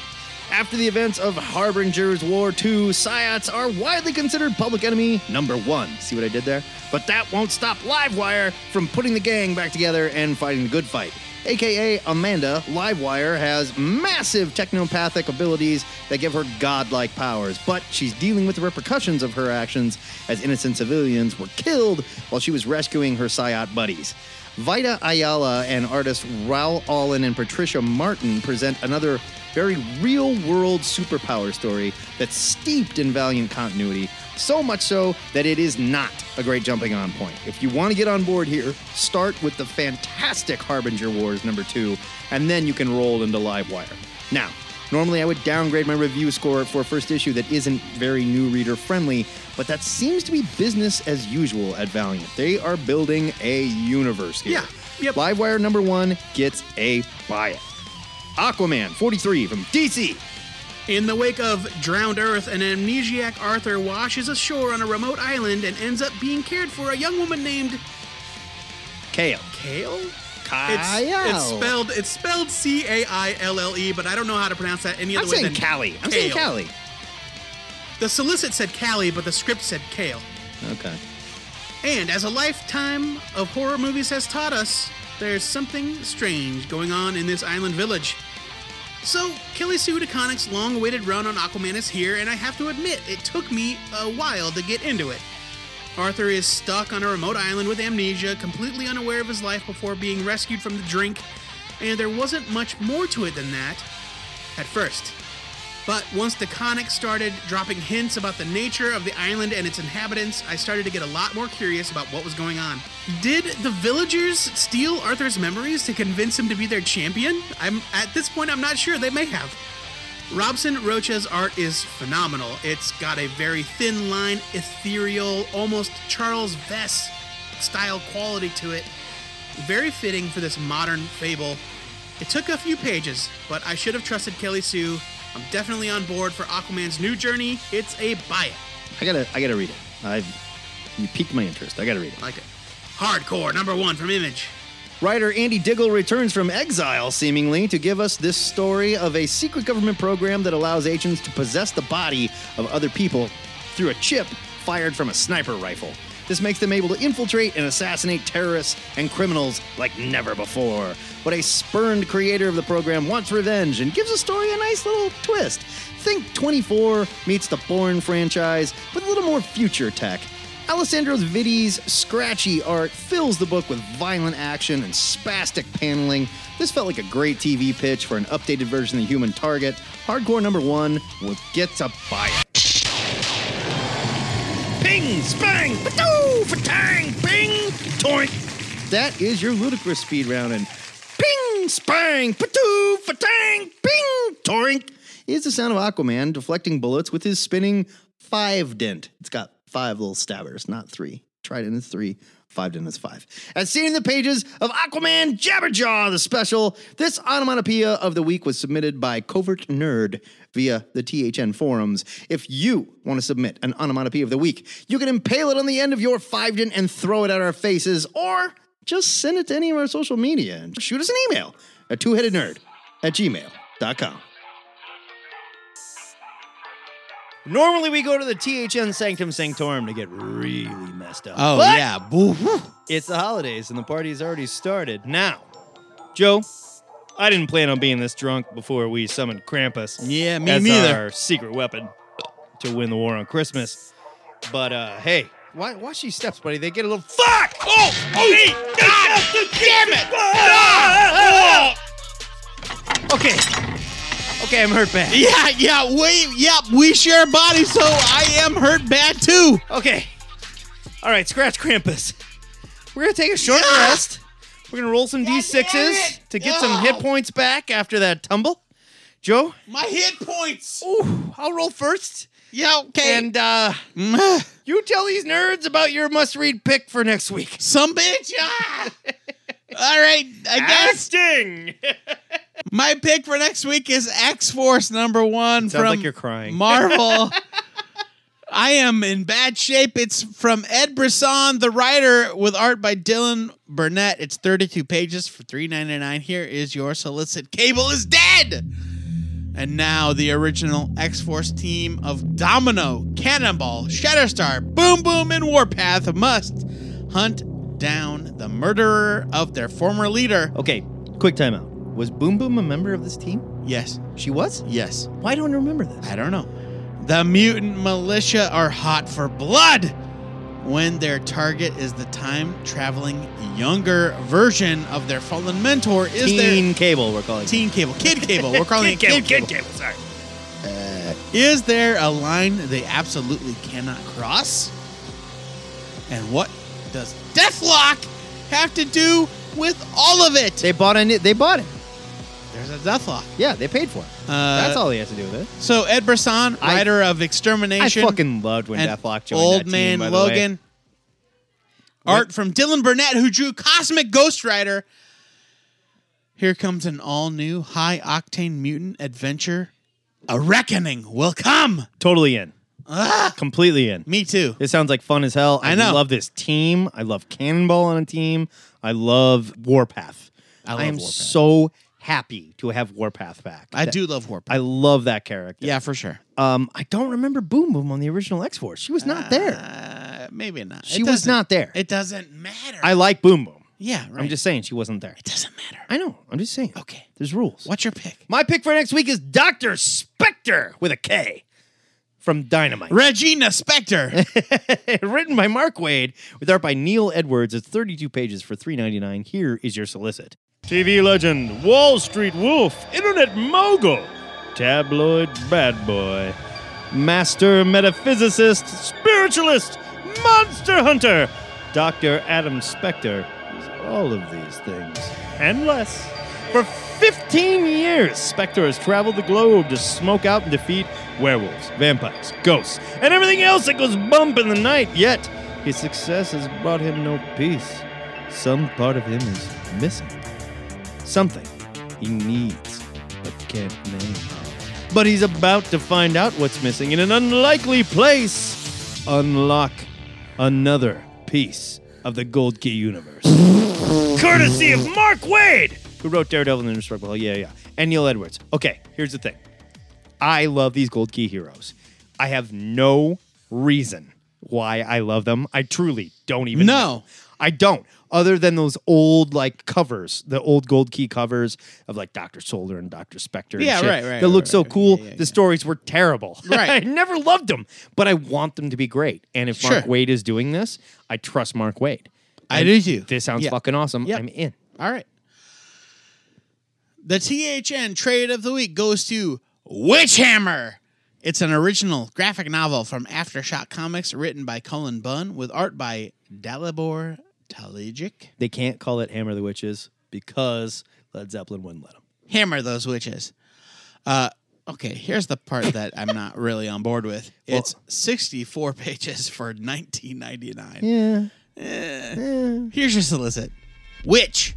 Speaker 3: After the events of Harbinger's War 2, Psyots are widely considered public enemy number one. See what I did there? But that won't stop Livewire from putting the gang back together and fighting the good fight. AKA Amanda, Livewire has massive technopathic abilities that give her godlike powers, but she's dealing with the repercussions of her actions as innocent civilians were killed while she was rescuing her Psyot buddies. Vida Ayala and artist Raul Allen and Patricia Martin present another very real world superpower story that's steeped in Valiant continuity, so much so that it is not a great jumping on point. If you want to get on board here, start with the fantastic Harbinger Wars number two, and then you can roll into Livewire. Now, Normally, I would downgrade my review score for a first issue that isn't very new reader friendly, but that seems to be business as usual at Valiant. They are building a universe here.
Speaker 4: Yeah, yep.
Speaker 3: Livewire number one gets a buy it. Aquaman 43 from DC.
Speaker 4: In the wake of Drowned Earth, an amnesiac Arthur washes ashore on a remote island and ends up being cared for a young woman named
Speaker 3: Kale.
Speaker 4: Kale? It's,
Speaker 3: Kyle.
Speaker 4: it's spelled it's spelled C A I L L E, but I don't know how to pronounce that any other
Speaker 3: I'm
Speaker 4: way
Speaker 3: saying
Speaker 4: than
Speaker 3: Cali. I'm saying
Speaker 4: Kale.
Speaker 3: Cali.
Speaker 4: The solicit said Callie, but the script said Kale.
Speaker 3: Okay.
Speaker 4: And as a lifetime of horror movies has taught us, there's something strange going on in this island village. So, Kelly Sue DeConnick's long awaited run on Aquaman is here, and I have to admit, it took me a while to get into it. Arthur is stuck on a remote island with amnesia, completely unaware of his life before being rescued from the drink, and there wasn't much more to it than that at first. But once the Conic started dropping hints about the nature of the island and its inhabitants, I started to get a lot more curious about what was going on. Did the villagers steal Arthur's memories to convince him to be their champion? I'm at this point I'm not sure they may have. Robson Rocha's art is phenomenal. It's got a very thin line, ethereal, almost Charles Vess style quality to it. Very fitting for this modern fable. It took a few pages, but I should have trusted Kelly Sue. I'm definitely on board for Aquaman's new journey. It's a buy it.
Speaker 3: I gotta I gotta read it. I've you piqued my interest. I gotta read it.
Speaker 4: Like it. Hardcore number one from Image.
Speaker 3: Writer Andy Diggle returns from exile, seemingly, to give us this story of a secret government program that allows agents to possess the body of other people through a chip fired from a sniper rifle. This makes them able to infiltrate and assassinate terrorists and criminals like never before. But a spurned creator of the program wants revenge and gives the story a nice little twist. Think 24 meets the Bourne franchise with a little more future tech. Alessandro Vitti's scratchy art fills the book with violent action and spastic paneling. This felt like a great TV pitch for an updated version of the Human Target. Hardcore number one with Gets Up Buy It. Ping, spang, patoo, fatang, ping, toink. That is your ludicrous speed round and ping, spang, patoo, fatang, ping, toink is the sound of Aquaman deflecting bullets with his spinning five dent. It's got five little stabbers, not three. Trident is three, five dent is five. As seen in the pages of Aquaman Jabberjaw, the special, this onomatopoeia of the week was submitted by Covert Nerd via the THN forums. If you want to submit an onomatopoeia of the week, you can impale it on the end of your five dent and throw it at our faces, or just send it to any of our social media and shoot us an email at two-headednerd at gmail.com.
Speaker 7: Normally, we go to the THN Sanctum Sanctorum to get really messed up.
Speaker 4: Oh
Speaker 7: But
Speaker 4: yeah, boo.
Speaker 7: It's the holidays, and the party's already started. Now, Joe, I didn't plan on being this drunk before we summoned Krampus.
Speaker 4: Yeah, me
Speaker 7: as
Speaker 4: neither.
Speaker 7: Our secret weapon to win the war on Christmas. But uh, hey, why, watch these steps, buddy. They get a little fuck. Oh, oh, damn it! Ah, Okay, okay, I'm hurt bad.
Speaker 4: Yeah, yeah, Uh, we yeah, we share a body, so I am hurt bad too.
Speaker 7: Okay. All right, scratch Krampus. We're gonna take a short
Speaker 4: Yeah.
Speaker 7: rest. We're gonna roll some d6s to get some hit
Speaker 4: No.
Speaker 7: points back after that tumble. Joe,
Speaker 4: My hit points.
Speaker 7: ooh, I'll roll first,
Speaker 4: Yeah, okay. *sighs*
Speaker 7: and uh,
Speaker 4: Mm,
Speaker 7: you tell these nerds about your must-read pick for next week.
Speaker 4: some bitch. Ah. *laughs* All right, I guess.
Speaker 7: Acting.
Speaker 4: My pick for next week is X Force number one
Speaker 7: Sounds
Speaker 4: from
Speaker 7: like you're crying.
Speaker 4: Marvel. I am in bad shape. It's from Ed Brisson, the writer, with art by Dylan Burnett. It's 32 pages for $3.99. Here is your solicit. Cable is dead! And now the original X Force team of Domino, Cannonball, Shatterstar, Boom Boom, and Warpath must hunt down the murderer of their former leader.
Speaker 3: Okay, quick timeout. Was Boom Boom a member of this team?
Speaker 4: Yes,
Speaker 3: She was?
Speaker 4: yes.
Speaker 3: Why don't I remember this?
Speaker 4: I don't know. The mutant militia are hot for blood when their target is the time traveling younger version of their fallen mentor. Is
Speaker 3: Teen Cable, we're calling
Speaker 4: there
Speaker 3: it.
Speaker 4: teen cable, kid cable? We're calling it kid cable. Uh,
Speaker 3: sorry.
Speaker 4: Is there a line they absolutely cannot cross? And what does Deathlock have to do with all of it?
Speaker 3: They bought it. They bought it.
Speaker 4: There's a Deathlock.
Speaker 3: Yeah, they paid for it.
Speaker 4: Uh,
Speaker 3: That's all he has to do with it.
Speaker 4: So Ed Brisson,
Speaker 3: I-
Speaker 4: writer of
Speaker 3: I
Speaker 4: Extermination,
Speaker 3: fucking loved when
Speaker 4: and
Speaker 3: Deathlock joined
Speaker 4: Old
Speaker 3: that team,
Speaker 4: Man
Speaker 3: by the way.
Speaker 4: Logan. Art from Dylan Burnett, who drew Cosmic Ghost Rider. Here comes an all new high octane mutant adventure. A reckoning will come.
Speaker 3: Totally in. Completely in.
Speaker 4: Ah! Me too.
Speaker 3: This sounds like fun as hell. I,
Speaker 4: I know.
Speaker 3: love this team. I love Cannonball on a team. I love Warpath. I,
Speaker 4: love
Speaker 3: am
Speaker 4: Warpath.
Speaker 3: so happy to have Warpath back.
Speaker 4: I
Speaker 3: That-
Speaker 4: do love Warp.
Speaker 3: I love that character.
Speaker 4: yeah, for sure.
Speaker 3: Um, I don't remember Boom Boom on the original X Force. She was not there.
Speaker 4: Uh, maybe not.
Speaker 3: She
Speaker 4: Ah, It
Speaker 3: was
Speaker 4: doesn't-
Speaker 3: not there.
Speaker 4: It doesn't matter.
Speaker 3: I like Boom Boom.
Speaker 4: yeah, right.
Speaker 3: I'm just saying she wasn't there.
Speaker 4: it doesn't matter.
Speaker 3: I know. I'm just saying.
Speaker 4: Okay.
Speaker 3: There's rules.
Speaker 4: What's your pick?
Speaker 3: My pick for next week is Dr. Spectre with a K from Dynamite.
Speaker 4: Regina Spector.
Speaker 3: *laughs* Written by Mark Wade with art by Neil Edwards. It's 32 pages for $3.99. Here is your solicit. TV legend, Wall Street Wolf, Internet mogul, tabloid bad boy, master metaphysicist, spiritualist, monster hunter, Dr. Adam Spector is all of these things and less. For 15 years, Spector has traveled the globe to smoke out and defeat werewolves, vampires, ghosts, and everything else that goes bump in the night. Yet, his success has brought him no peace. Some part of him is missing something he needs but can't name. But he's about to find out what's missing in an unlikely place. Unlock another piece of the Gold Key universe. Courtesy of Mark Wade, who wrote Daredevil and Indestructible. Yeah, yeah. And Neil Edwards. Okay, here's the thing I love these Gold Key heroes. I have no reason why I love them. I truly don't even
Speaker 4: No.
Speaker 3: know. I don't. Other than those old like covers, the old gold key covers of like Doctor Solder and Doctor Spectre. and
Speaker 4: Yeah,
Speaker 3: shit
Speaker 4: right, right,
Speaker 3: That
Speaker 4: right,
Speaker 3: looked so
Speaker 4: right.
Speaker 3: cool.
Speaker 4: Yeah, yeah,
Speaker 3: the stories were terrible. *laughs*
Speaker 4: Right.
Speaker 3: I never loved them, but I want them to be great. And if Mark
Speaker 4: Sure.
Speaker 3: Wade is doing this, I trust Mark Wade.
Speaker 4: *laughs* I
Speaker 3: And
Speaker 4: do too.
Speaker 3: This sounds
Speaker 4: Yeah.
Speaker 3: fucking awesome.
Speaker 4: Yep.
Speaker 3: I'm in.
Speaker 4: All right. The THN trade of the week goes to Witch Hammer. It's an original graphic novel from Aftershock Comics written by Colin Bunn with art by Dalibor Talijic.
Speaker 3: They can't call it Hammer the Witches because Led Zeppelin wouldn't let them.
Speaker 4: Hammer those witches. Uh, okay, here's the part that I'm not really on
Speaker 3: *laughs*
Speaker 4: board with. It's 64 pages for 19.99.
Speaker 3: Yeah.
Speaker 4: Here's your solicit. Witch.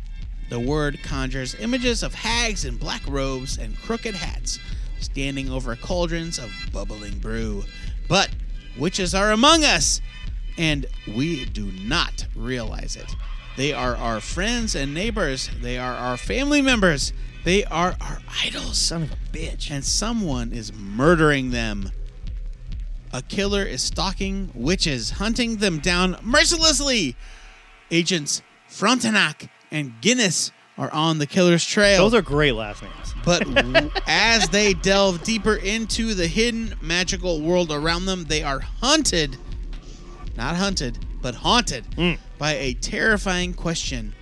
Speaker 4: The word conjures images of hags in black robes and crooked hats, standing over cauldrons of bubbling brew. But witches are among us, and we do not realize it. They are our friends and neighbors. They are our family members. They are our idols. Son of a bitch. And someone is murdering them. A killer is stalking witches, hunting them down mercilessly. Agents Frontenac and Guinness are on the killer's trail.
Speaker 3: Those are great last names.
Speaker 4: but w- as they delve deeper into the hidden magical world around them, they are hunted, not hunted, but haunted
Speaker 5: Mm.
Speaker 4: by a terrifying question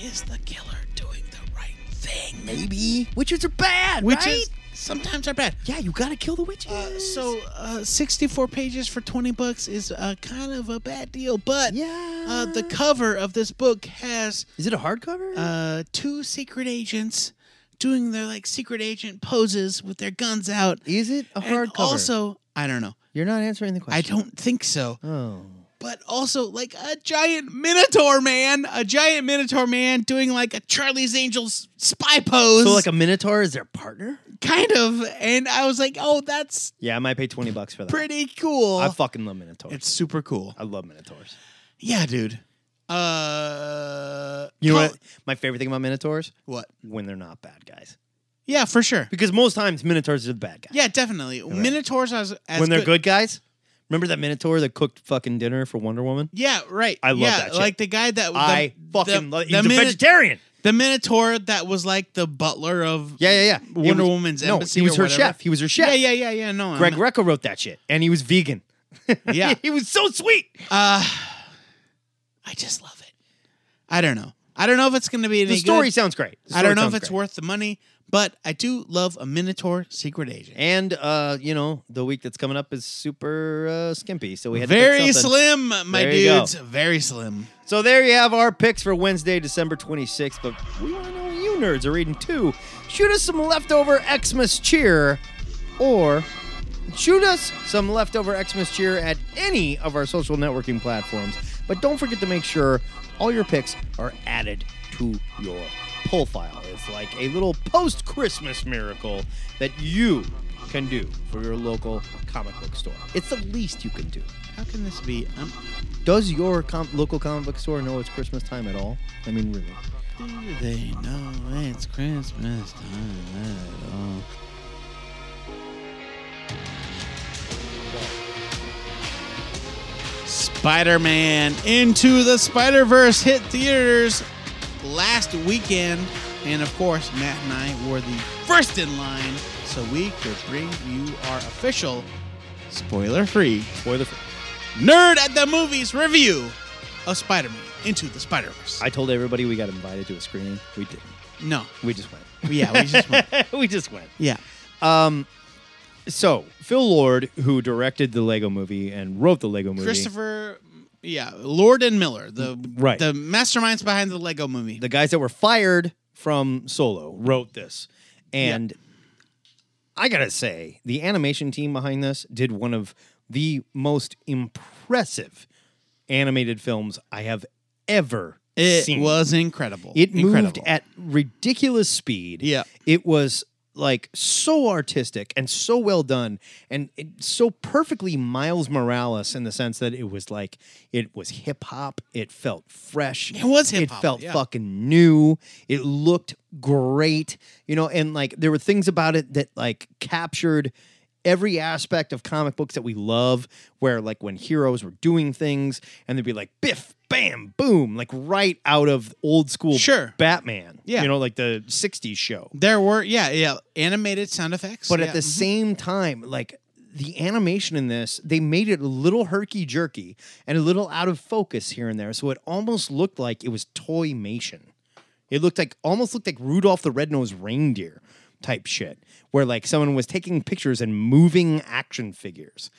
Speaker 4: Is the killer doing the right thing?
Speaker 5: Maybe witches are bad,
Speaker 4: Which
Speaker 5: right?
Speaker 4: is sometimes are bad.
Speaker 5: yeah, you gotta kill the witches.
Speaker 4: Uh, so uh, 64 pages for 20 bucks is uh, kind of a bad deal, but
Speaker 5: Yeah.
Speaker 4: uh, the cover of this book has
Speaker 5: is it a hardcover?
Speaker 4: uh, two secret agents doing their like secret agent poses with their guns out.
Speaker 5: is it a
Speaker 4: And
Speaker 5: hardcover?
Speaker 4: also, I don't know.
Speaker 5: You're not answering the question.
Speaker 4: I don't think so.
Speaker 5: Oh. but also like a giant minotaur man, a giant minotaur man doing like a Charlie's Angels spy pose,
Speaker 3: So like a Minotaur is their partner?
Speaker 5: kind of. And I was like, oh, that's
Speaker 3: Yeah, I might pay twenty bucks for that.
Speaker 5: pretty cool.
Speaker 3: I fucking love Minotaurs.
Speaker 5: it's super cool.
Speaker 3: I love Minotaurs.
Speaker 5: Yeah, dude. Uh,
Speaker 3: You know
Speaker 5: Col-
Speaker 3: what? My favorite thing about Minotaurs
Speaker 5: What?
Speaker 3: when they're not bad guys,
Speaker 5: Yeah, for sure.
Speaker 3: because most times Minotaurs are the bad guys.
Speaker 5: Yeah, definitely. Minotaurs as, as
Speaker 3: when they're good. guys. Remember that Minotaur that cooked fucking dinner for Wonder Woman?
Speaker 5: Yeah, right.
Speaker 3: I love
Speaker 5: yeah,
Speaker 3: that shit.
Speaker 5: Like the guy that the-
Speaker 3: I
Speaker 5: the-
Speaker 3: fucking love. He's
Speaker 5: the
Speaker 3: a
Speaker 5: Mino-
Speaker 3: vegetarian.
Speaker 5: The Minotaur that was like the butler of
Speaker 3: Yeah, yeah, yeah. It
Speaker 5: Wonder
Speaker 3: was-
Speaker 5: Woman's
Speaker 3: no,
Speaker 5: embassy
Speaker 3: he was
Speaker 5: or
Speaker 3: her
Speaker 5: whatever.
Speaker 3: chef. He was her chef.
Speaker 5: Yeah, yeah, yeah, yeah. No,
Speaker 3: Greg
Speaker 5: I'm-
Speaker 3: Recco wrote that shit, and he was vegan.
Speaker 5: Uh-huh.
Speaker 3: *laughs*
Speaker 5: Yeah.
Speaker 3: he was so sweet.
Speaker 5: Uh, I just love it. I don't know. I don't know if it's going to be any
Speaker 3: the story
Speaker 5: good.
Speaker 3: sounds great. The
Speaker 5: I don't
Speaker 3: story
Speaker 5: know if
Speaker 3: sounds
Speaker 5: it's
Speaker 3: great.
Speaker 5: worth the money, but I do love a Minotaur secret agent.
Speaker 3: And uh, you know, the week that's coming up is super uh, skimpy, so we had to
Speaker 5: Very
Speaker 3: pick something.
Speaker 5: slim, my
Speaker 3: There you go.
Speaker 5: dudes. Very slim.
Speaker 3: So there you have our picks for Wednesday, December 26th. But we want to know what you nerds are reading too. Shoot us some leftover Xmas cheer, or shoot us some leftover Xmas cheer at any of our social networking platforms. But don't forget to make sure all your picks are added to your pull file. It's like a little post Christmas miracle that you can do for your local comic book store. It's the least you can do.
Speaker 5: How can this be? Um,
Speaker 3: Does your com- local comic book store know it's Christmas time at all? I mean, really?
Speaker 5: do they know it's Christmas time at all? Spider-Man Into the Spider-Verse hit theaters last weekend, and of course, Matt and I were the first in line, so we could bring you our official spoiler-free
Speaker 3: Spoiler free.
Speaker 5: Nerd at the Movies review of Spider-Man Into the Spider-Verse.
Speaker 3: I told everybody we got invited to a screening. We didn't.
Speaker 5: no,
Speaker 3: We just went.
Speaker 5: yeah, we just
Speaker 3: *laughs*
Speaker 5: went.
Speaker 3: we just went.
Speaker 5: Yeah.
Speaker 3: Um, so Phil Lord, who directed the Lego Movie and wrote the Lego Movie,
Speaker 5: Christopher, yeah, Lord and Miller, the
Speaker 3: Right.
Speaker 5: the masterminds behind the Lego movie.
Speaker 3: the guys that were fired from Solo, wrote this, and I gotta say, the animation team behind this did one of the most impressive animated films I have ever
Speaker 5: it
Speaker 3: seen.
Speaker 5: was incredible.
Speaker 3: It moved
Speaker 5: incredible.
Speaker 3: at ridiculous speed.
Speaker 5: Yeah.
Speaker 3: It was like so artistic and so well done and it, so perfectly Miles Morales in the sense that it was like it was hip hop, it felt fresh.
Speaker 5: It was
Speaker 3: It
Speaker 5: hip-hop,
Speaker 3: felt
Speaker 5: yeah.
Speaker 3: fucking new. It looked great. You know, and like there were things about it that like captured every aspect of comic books that we love where like when heroes were doing things and they'd be like biff bam boom like right out of old school
Speaker 5: Sure.
Speaker 3: batman
Speaker 5: Yeah.
Speaker 3: you know like the 60s show
Speaker 5: there were yeah yeah animated sound effects,
Speaker 3: but
Speaker 5: yeah. mhm. mm-hmm.
Speaker 3: at the same time like the animation in this they made it a little herky jerky and a little out of focus here and there so it almost looked like it was toy mation it looked like almost looked like rudolph the red-nosed reindeer type shit where like someone was taking pictures and moving action figures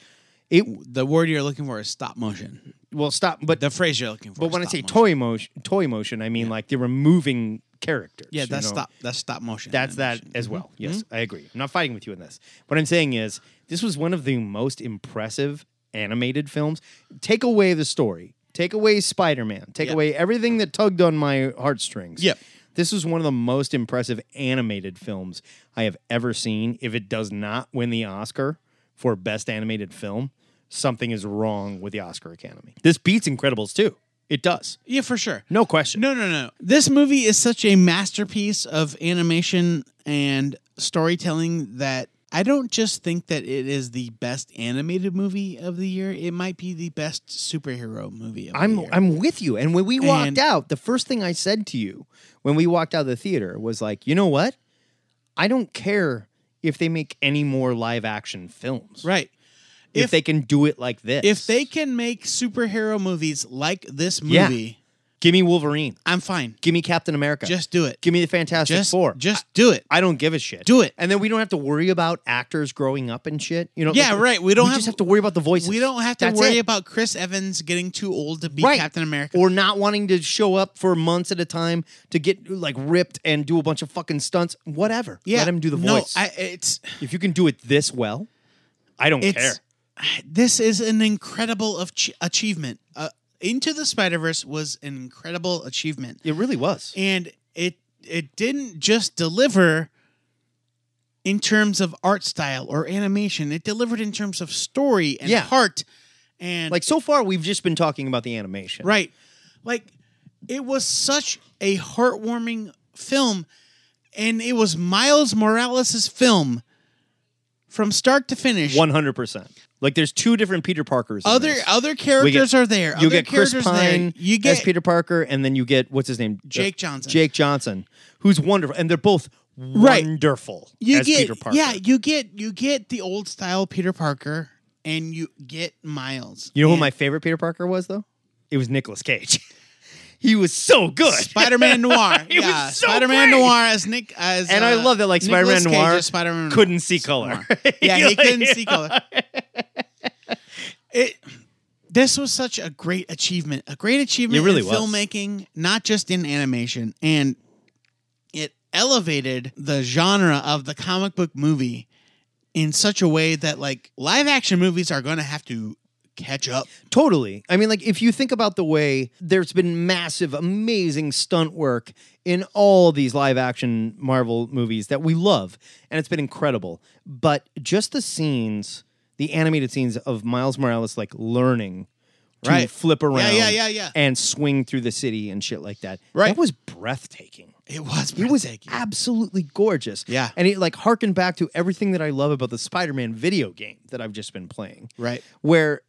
Speaker 3: it
Speaker 5: the word you're looking for is stop motion.
Speaker 3: well stop but
Speaker 5: The phrase you're looking for.
Speaker 3: but
Speaker 5: is
Speaker 3: when i
Speaker 5: stop
Speaker 3: say
Speaker 5: motion.
Speaker 3: toy motion toy motion i mean like they were moving characters
Speaker 5: yeah,
Speaker 3: you
Speaker 5: that's
Speaker 3: know?
Speaker 5: stop. That's stop motion.
Speaker 3: That's that
Speaker 5: animation. Mhm.
Speaker 3: as well. Yes, I agree. I'm not fighting with you in this. What I'm saying is, this was one of the most impressive animated films. Take away the story, take away Spider Man, take
Speaker 5: Yeah.
Speaker 3: away everything that tugged on my heartstrings.
Speaker 5: Yep.
Speaker 3: This was one of the most impressive animated films I have ever seen. If it does not win the Oscar for Best Animated Film, something is wrong with the Oscar Academy. This beats Incredibles too. It does.
Speaker 5: Yeah, for sure.
Speaker 3: No question.
Speaker 5: No, no, no. This movie is such a masterpiece of animation and storytelling that I don't just think that it is the best animated movie of the year. It might be the best superhero movie of
Speaker 3: I'm
Speaker 5: the year.
Speaker 3: I'm with you. And when we walked
Speaker 5: And-
Speaker 3: out, the first thing I said to you when we walked out of the theater was like, you know what? I don't care if they make any more live action films.
Speaker 5: right.
Speaker 3: If,
Speaker 5: If-
Speaker 3: they can do it like this.
Speaker 5: If they can make superhero movies like this movie,
Speaker 3: Yeah. give me Wolverine,
Speaker 5: I'm fine.
Speaker 3: give me Captain America,
Speaker 5: Just do it.
Speaker 3: give me the Fantastic
Speaker 5: Just
Speaker 3: Four.
Speaker 5: just do it.
Speaker 3: I don't give a shit.
Speaker 5: Do it.
Speaker 3: And then we don't have to worry about actors growing up and shit. You know?
Speaker 5: Yeah, right. We don't
Speaker 3: we
Speaker 5: have-
Speaker 3: just have to worry about the voices.
Speaker 5: we don't have to
Speaker 3: That's
Speaker 5: worry
Speaker 3: it.
Speaker 5: about Chris Evans getting too old to be
Speaker 3: Right.
Speaker 5: Captain America.
Speaker 3: or not wanting to show up for months at a time to get like ripped and do a bunch of fucking stunts. Whatever.
Speaker 5: yeah,
Speaker 3: Let him do the
Speaker 5: no,
Speaker 3: voice.
Speaker 5: I, it's
Speaker 3: If you can do it this well, I don't
Speaker 5: It's
Speaker 3: care.
Speaker 5: this is an incredible of achievement. Uh, Into the Spider Verse was an incredible achievement,
Speaker 3: It really was.
Speaker 5: and it it didn't just deliver in terms of art style or animation. It delivered in terms of story and
Speaker 3: Yeah.
Speaker 5: heart, and
Speaker 3: Like so far, we've just been talking about the animation.
Speaker 5: Right. Like it was such a heartwarming film and it was Miles Morales' film from start to finish.
Speaker 3: One hundred percent. Like there's two different Peter Parkers. in
Speaker 5: other
Speaker 3: this.
Speaker 5: other
Speaker 3: We get-
Speaker 5: characters are there.
Speaker 3: You
Speaker 5: other
Speaker 3: get Chris
Speaker 5: characters
Speaker 3: Pine
Speaker 5: there. You
Speaker 3: as
Speaker 5: get
Speaker 3: Peter Parker, and then you get what's his name,
Speaker 5: Jake
Speaker 3: Uh,
Speaker 5: Johnson.
Speaker 3: Jake Johnson, who's wonderful, and they're both
Speaker 5: Right.
Speaker 3: wonderful
Speaker 5: you
Speaker 3: as
Speaker 5: get
Speaker 3: Peter Parker.
Speaker 5: yeah, you get you get the old style Peter Parker and you get Miles.
Speaker 3: You know who
Speaker 5: And
Speaker 3: my favorite Peter Parker was though? It was Nicolas Cage. *laughs* he was so good. *laughs*
Speaker 5: Spider-Man Noir,
Speaker 3: He was
Speaker 5: yeah,
Speaker 3: so
Speaker 5: Spider-Man
Speaker 3: great.
Speaker 5: Noir as Nick as
Speaker 3: and I
Speaker 5: uh,
Speaker 3: love that like Spider-Man
Speaker 5: Nicolas Cage
Speaker 3: Noir
Speaker 5: as Spider-Man Noir.
Speaker 3: couldn't see color.
Speaker 5: *laughs* Yeah,
Speaker 3: *laughs*
Speaker 5: he
Speaker 3: Like-
Speaker 5: couldn't see color. *laughs* It. This was such a great achievement, a great achievement
Speaker 3: It really
Speaker 5: in
Speaker 3: was.
Speaker 5: filmmaking, not just in animation, and it elevated the genre of the comic book movie in such a way that like live action movies are going to have to catch up.
Speaker 3: Totally. I mean, like, if you think about the way there's been massive, amazing stunt work in all these live action Marvel movies that we love, and it's been incredible. But just the scenes, the animated scenes of Miles Morales, like, learning to
Speaker 5: Right.
Speaker 3: flip around
Speaker 5: yeah, yeah, yeah.
Speaker 3: and swing through the city and shit like that.
Speaker 5: Right.
Speaker 3: That was breathtaking.
Speaker 5: It was
Speaker 3: It was
Speaker 5: breathtaking.
Speaker 3: absolutely gorgeous.
Speaker 5: Yeah.
Speaker 3: And it like harkened back to everything that I love about the Spider Man video game that I've just been playing
Speaker 5: right.
Speaker 3: where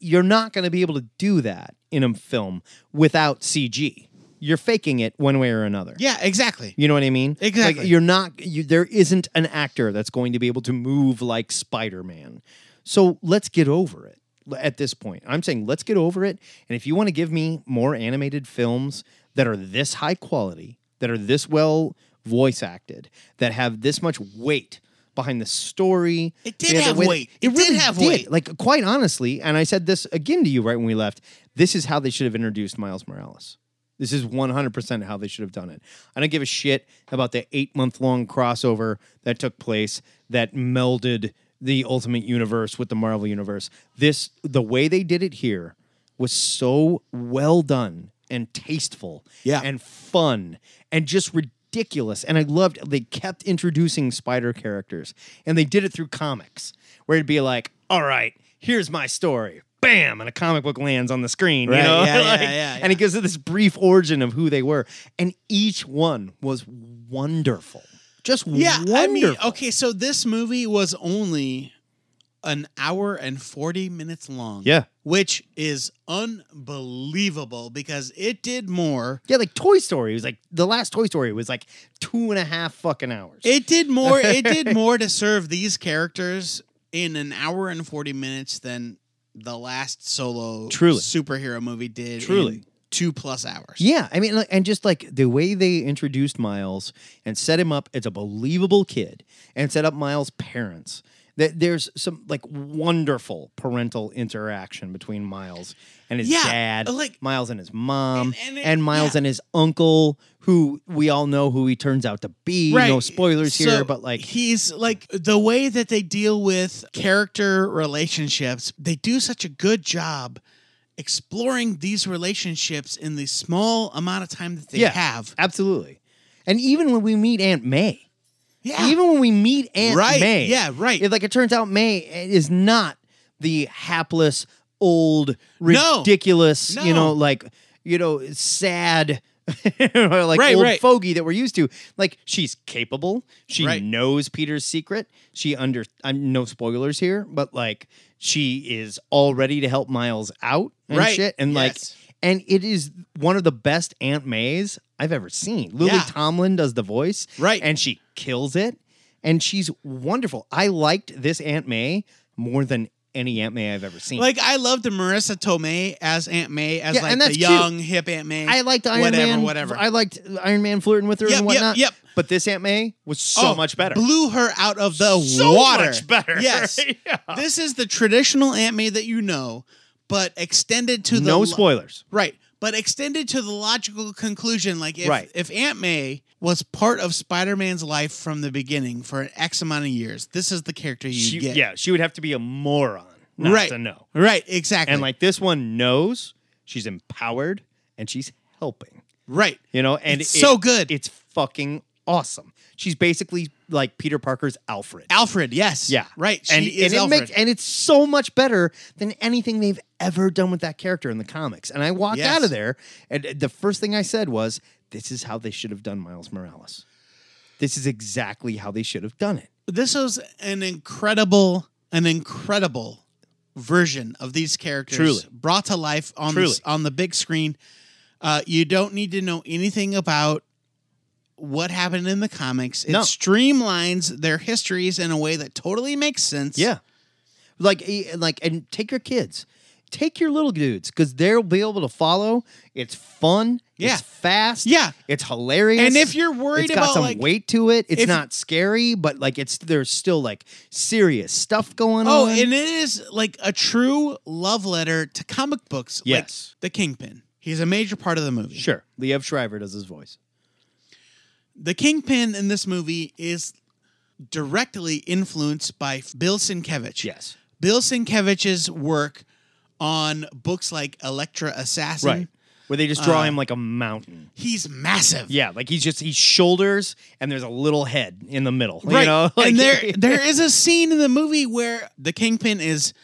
Speaker 3: you're not going to be able to do that in a film without CG. You're faking it one way or another.
Speaker 5: Yeah, exactly.
Speaker 3: You know what I mean?
Speaker 5: Exactly.
Speaker 3: Like, you're not. You, there isn't an actor that's going to be able to move like Spider-Man. So let's get over it. l- At this point, I'm saying let's get over it. And if you want to give me more animated films that are this high quality, that are this well voice acted, that have this much weight behind the story,
Speaker 5: It did
Speaker 3: they the
Speaker 5: have
Speaker 3: way-
Speaker 5: weight.
Speaker 3: It,
Speaker 5: It did
Speaker 3: really
Speaker 5: have
Speaker 3: did.
Speaker 5: weight.
Speaker 3: Like quite honestly, and I said this again to you right when we left. This is how they should have introduced Miles Morales. This is 100% how they should have done it. I don't give a shit about the eight month long crossover that took place that melded the Ultimate Universe with the Marvel Universe. This, the way they did it here was so well done and tasteful
Speaker 5: Yeah.
Speaker 3: and fun and just ridiculous. And I loved they kept introducing spider characters and they did it through comics where it'd be like, all right, here's my story. Bam, and a comic book lands on the screen, you
Speaker 5: Right,
Speaker 3: know? *laughs*
Speaker 5: yeah, yeah,
Speaker 3: Like,
Speaker 5: yeah,
Speaker 3: And it gives it this brief origin of who they were. And each one was wonderful. Just
Speaker 5: Yeah,
Speaker 3: wonderful.
Speaker 5: I mean, okay, so this movie was only an hour and 40 minutes long.
Speaker 3: Yeah.
Speaker 5: Which is unbelievable because it did more.
Speaker 3: Yeah, like Toy Story was like the last Toy Story was like two and a half fucking hours.
Speaker 5: It did more
Speaker 3: *laughs*
Speaker 5: it did more to serve these characters in an hour and 40 minutes than the last solo
Speaker 3: Truly.
Speaker 5: superhero movie did
Speaker 3: Truly.
Speaker 5: in 2 plus hours.
Speaker 3: Yeah, I mean, like, and just like the way they introduced Miles and set him up as a believable kid, and set up Miles' parents. That there's some like wonderful parental interaction between Miles and his
Speaker 5: Yeah,
Speaker 3: dad,
Speaker 5: like-
Speaker 3: Miles and his mom, and,
Speaker 5: And- and it-
Speaker 3: Miles
Speaker 5: yeah.
Speaker 3: and his uncle, who we all know who he turns out to be. No spoilers
Speaker 5: So
Speaker 3: here, but like
Speaker 5: he's like the way that they deal with character relationships, they do such a good job exploring these relationships in the small amount of time that they
Speaker 3: Yeah.
Speaker 5: have.
Speaker 3: absolutely, and even when we meet Aunt May,
Speaker 5: Yeah.
Speaker 3: Even when we meet Aunt
Speaker 5: Right,
Speaker 3: May.
Speaker 5: yeah, right.
Speaker 3: It, like it turns out May is not the hapless, old,
Speaker 5: No.
Speaker 3: ridiculous, you
Speaker 5: No.
Speaker 3: know, like, you know, sad. *laughs* or like
Speaker 5: Right,
Speaker 3: old
Speaker 5: right.
Speaker 3: fogey that we're used to. Like she's capable. She
Speaker 5: Right.
Speaker 3: knows Peter's secret. She under I'm no spoilers here, but like she is all ready to help Miles out and
Speaker 5: Right,
Speaker 3: shit. And
Speaker 5: yes.
Speaker 3: like and it is one of the best Aunt Mays I've ever seen. Lily
Speaker 5: Yeah.
Speaker 3: Tomlin does the voice.
Speaker 5: Right.
Speaker 3: And she kills it. And she's wonderful. I liked this Aunt May more than any Aunt May I've ever seen.
Speaker 5: like I loved the Marissa Tomei as Aunt May, as
Speaker 3: Yeah,
Speaker 5: like
Speaker 3: and
Speaker 5: the
Speaker 3: that's cute.
Speaker 5: young hip Aunt May.
Speaker 3: I liked Iron
Speaker 5: whatever,
Speaker 3: Man.
Speaker 5: Whatever,
Speaker 3: I liked Iron Man flirting with her
Speaker 5: Yep,
Speaker 3: and
Speaker 5: yep,
Speaker 3: whatnot.
Speaker 5: yep.
Speaker 3: But this Aunt May was so
Speaker 5: Oh,
Speaker 3: much better.
Speaker 5: Blew her out of the
Speaker 3: So
Speaker 5: water.
Speaker 3: much better. *laughs*
Speaker 5: Yes.
Speaker 3: Yeah.
Speaker 5: This is the traditional Aunt May that you know, but extended to the
Speaker 3: no
Speaker 5: lo-
Speaker 3: spoilers.
Speaker 5: Right. But extended to the logical conclusion, like if,
Speaker 3: Right.
Speaker 5: if Aunt May was part of Spider Man's life from the beginning for an X amount of years, this is the character you
Speaker 3: She,
Speaker 5: get.
Speaker 3: yeah, she would have to be a moron No,
Speaker 5: right.
Speaker 3: It's a no.
Speaker 5: Right. Exactly.
Speaker 3: And like this one knows she's empowered and she's helping.
Speaker 5: right.
Speaker 3: You know, and
Speaker 5: It's so good.
Speaker 3: It's fucking awesome. She's basically like Peter Parker's Alfred.
Speaker 5: Alfred. Yes.
Speaker 3: yeah,
Speaker 5: Right. She
Speaker 3: and,
Speaker 5: is
Speaker 3: and it
Speaker 5: Alfred.
Speaker 3: makes and it's so much better than anything they've ever done with that character in the comics. And I walked
Speaker 5: Yes.
Speaker 3: out of there, and the first thing I said was, "This is how they should have done Miles Morales. This is exactly how they should have done it."
Speaker 5: this was an incredible, an incredible version of these characters
Speaker 3: Truly.
Speaker 5: brought to life on
Speaker 3: Truly.
Speaker 5: this, on the big screen. Uh, you don't need to know anything about what happened in the comics. It
Speaker 3: No.
Speaker 5: streamlines their histories in a way that totally makes sense.
Speaker 3: Yeah. Like e- like and take your kids. Take your little dudes cuz they'll be able to follow. It's fun.
Speaker 5: Yeah.
Speaker 3: It's fast.
Speaker 5: Yeah.
Speaker 3: It's hilarious.
Speaker 5: And if you're worried
Speaker 3: it's got
Speaker 5: about,
Speaker 3: some
Speaker 5: like-
Speaker 3: weight to it. It's
Speaker 5: if-
Speaker 3: not scary, but like it's there's still like serious stuff going
Speaker 5: Oh,
Speaker 3: on.
Speaker 5: and it is like a true love letter to comic books.
Speaker 3: Yes.
Speaker 5: Like the Kingpin. He's a major part of the movie.
Speaker 3: sure. Liev Shriver does his voice.
Speaker 5: The Kingpin in this movie is directly influenced by Bill Sienkiewicz.
Speaker 3: Yes.
Speaker 5: Bill Sienkiewicz's work on books like Electra Assassin.
Speaker 3: Right. Where they just draw him like a mountain.
Speaker 5: He's massive.
Speaker 3: Uh, Yeah, like he's just he's shoulders and there's a little head in the middle.
Speaker 5: Right.
Speaker 3: You know? *laughs* Like,
Speaker 5: and there there is a scene in the movie where the Kingpin is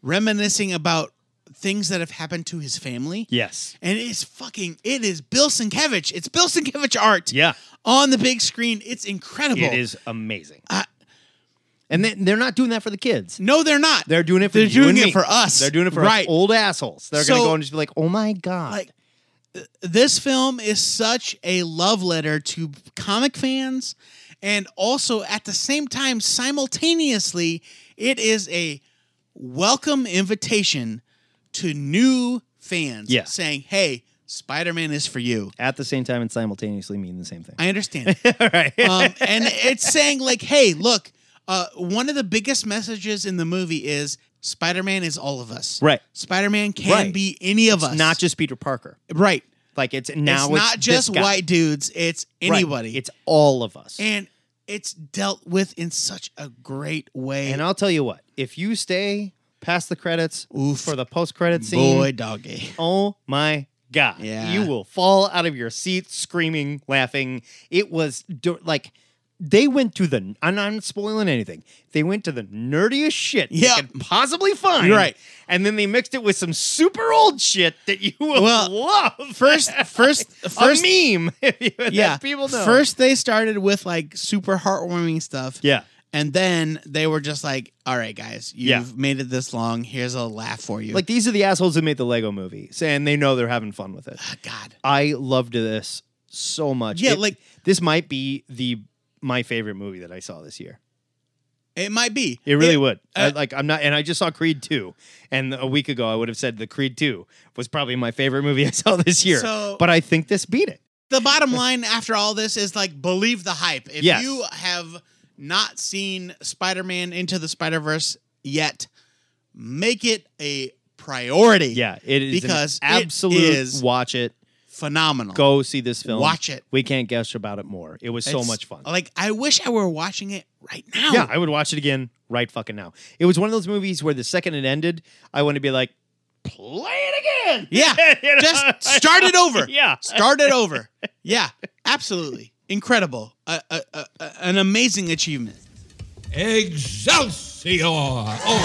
Speaker 5: reminiscing about things that have happened to his family.
Speaker 3: Yes.
Speaker 5: And it's fucking it is Bill Sienkiewicz. It's Bill Sienkiewicz art.
Speaker 3: Yeah.
Speaker 5: On the big screen. It's incredible.
Speaker 3: It is amazing.
Speaker 5: I-
Speaker 3: and they, they're not doing that for the kids.
Speaker 5: No, they're not.
Speaker 3: They're doing it for
Speaker 5: They're
Speaker 3: you
Speaker 5: doing
Speaker 3: and
Speaker 5: it
Speaker 3: me.
Speaker 5: for us.
Speaker 3: They're doing it for us
Speaker 5: Right.
Speaker 3: old assholes. They're
Speaker 5: So-
Speaker 3: gonna go and just be like, "Oh my god!"
Speaker 5: Like, this film is such a love letter to comic fans and also at the same time simultaneously it is a welcome invitation to new fans
Speaker 3: Yeah.
Speaker 5: saying hey spider-man is for you
Speaker 3: At the same time and simultaneously mean the same thing.
Speaker 5: i understand
Speaker 3: All *laughs* right.
Speaker 5: um, and it's saying like hey look uh, one of the biggest messages in the movie is spider-man is all of us
Speaker 3: Right.
Speaker 5: spider-man can
Speaker 3: Right.
Speaker 5: be any of us
Speaker 3: Not just Peter Parker.
Speaker 5: right
Speaker 3: Like it's now
Speaker 5: it's not
Speaker 3: this
Speaker 5: just
Speaker 3: guy.
Speaker 5: white dudes it's
Speaker 3: Right.
Speaker 5: anybody
Speaker 3: It's all of us.
Speaker 5: and it's dealt with in such a great way
Speaker 3: And I'll tell you what: if you stay past the credits
Speaker 5: Oof.
Speaker 3: for the post-credit scene, *laughs*
Speaker 5: boy doggy *laughs*
Speaker 3: oh my god,
Speaker 5: Yeah.
Speaker 3: you will fall out of your seat screaming, laughing. It was dur- like. They went to the, and I'm not spoiling anything. They went to the nerdiest shit
Speaker 5: Yep.
Speaker 3: you could possibly find.
Speaker 5: You're right.
Speaker 3: And then they mixed it with some super old shit that you will
Speaker 5: Well,
Speaker 3: love. *laughs*
Speaker 5: first first first
Speaker 3: a meme. *laughs* that
Speaker 5: yeah
Speaker 3: people know.
Speaker 5: first they started with like super heartwarming stuff
Speaker 3: yeah.
Speaker 5: and then they were just like all right guys you've
Speaker 3: Yeah.
Speaker 5: made it this long here's a laugh for you
Speaker 3: Like these are the assholes that made the Lego movie, and they know they're having fun with it.
Speaker 5: Ah, god
Speaker 3: I loved this so much.
Speaker 5: Yeah,
Speaker 3: It-
Speaker 5: like-
Speaker 3: this might be the my favorite movie that I saw this year.
Speaker 5: it might be
Speaker 3: It really would. I-
Speaker 5: uh,
Speaker 3: like I'm not, and I just saw Creed two, and a week ago I would have said the Creed two was probably my favorite movie *laughs* I saw this year.
Speaker 5: So-
Speaker 3: but I think this beat it.
Speaker 5: the bottom line after all this is like believe the hype. If
Speaker 3: Yes.
Speaker 5: you have not seen Spider-Man into the Spider-Verse yet, make it a priority.
Speaker 3: Yeah, it is an
Speaker 5: Because it
Speaker 3: absolute
Speaker 5: is
Speaker 3: watch it.
Speaker 5: Phenomenal.
Speaker 3: Go see this film.
Speaker 5: Watch it.
Speaker 3: We can't gush about it more. It was so
Speaker 5: It's-
Speaker 3: much fun.
Speaker 5: Like I wish I were watching it right now.
Speaker 3: Yeah, I would watch it again right fucking now. It was one of those movies where the second it ended, I want to be like, play it again.
Speaker 5: Yeah.
Speaker 3: *laughs* You know?
Speaker 5: Just start it over.
Speaker 3: *laughs* Yeah.
Speaker 5: Start it over. Yeah. Absolutely. Incredible. A, a, a, a- an amazing achievement.
Speaker 7: Excelsior! Oh,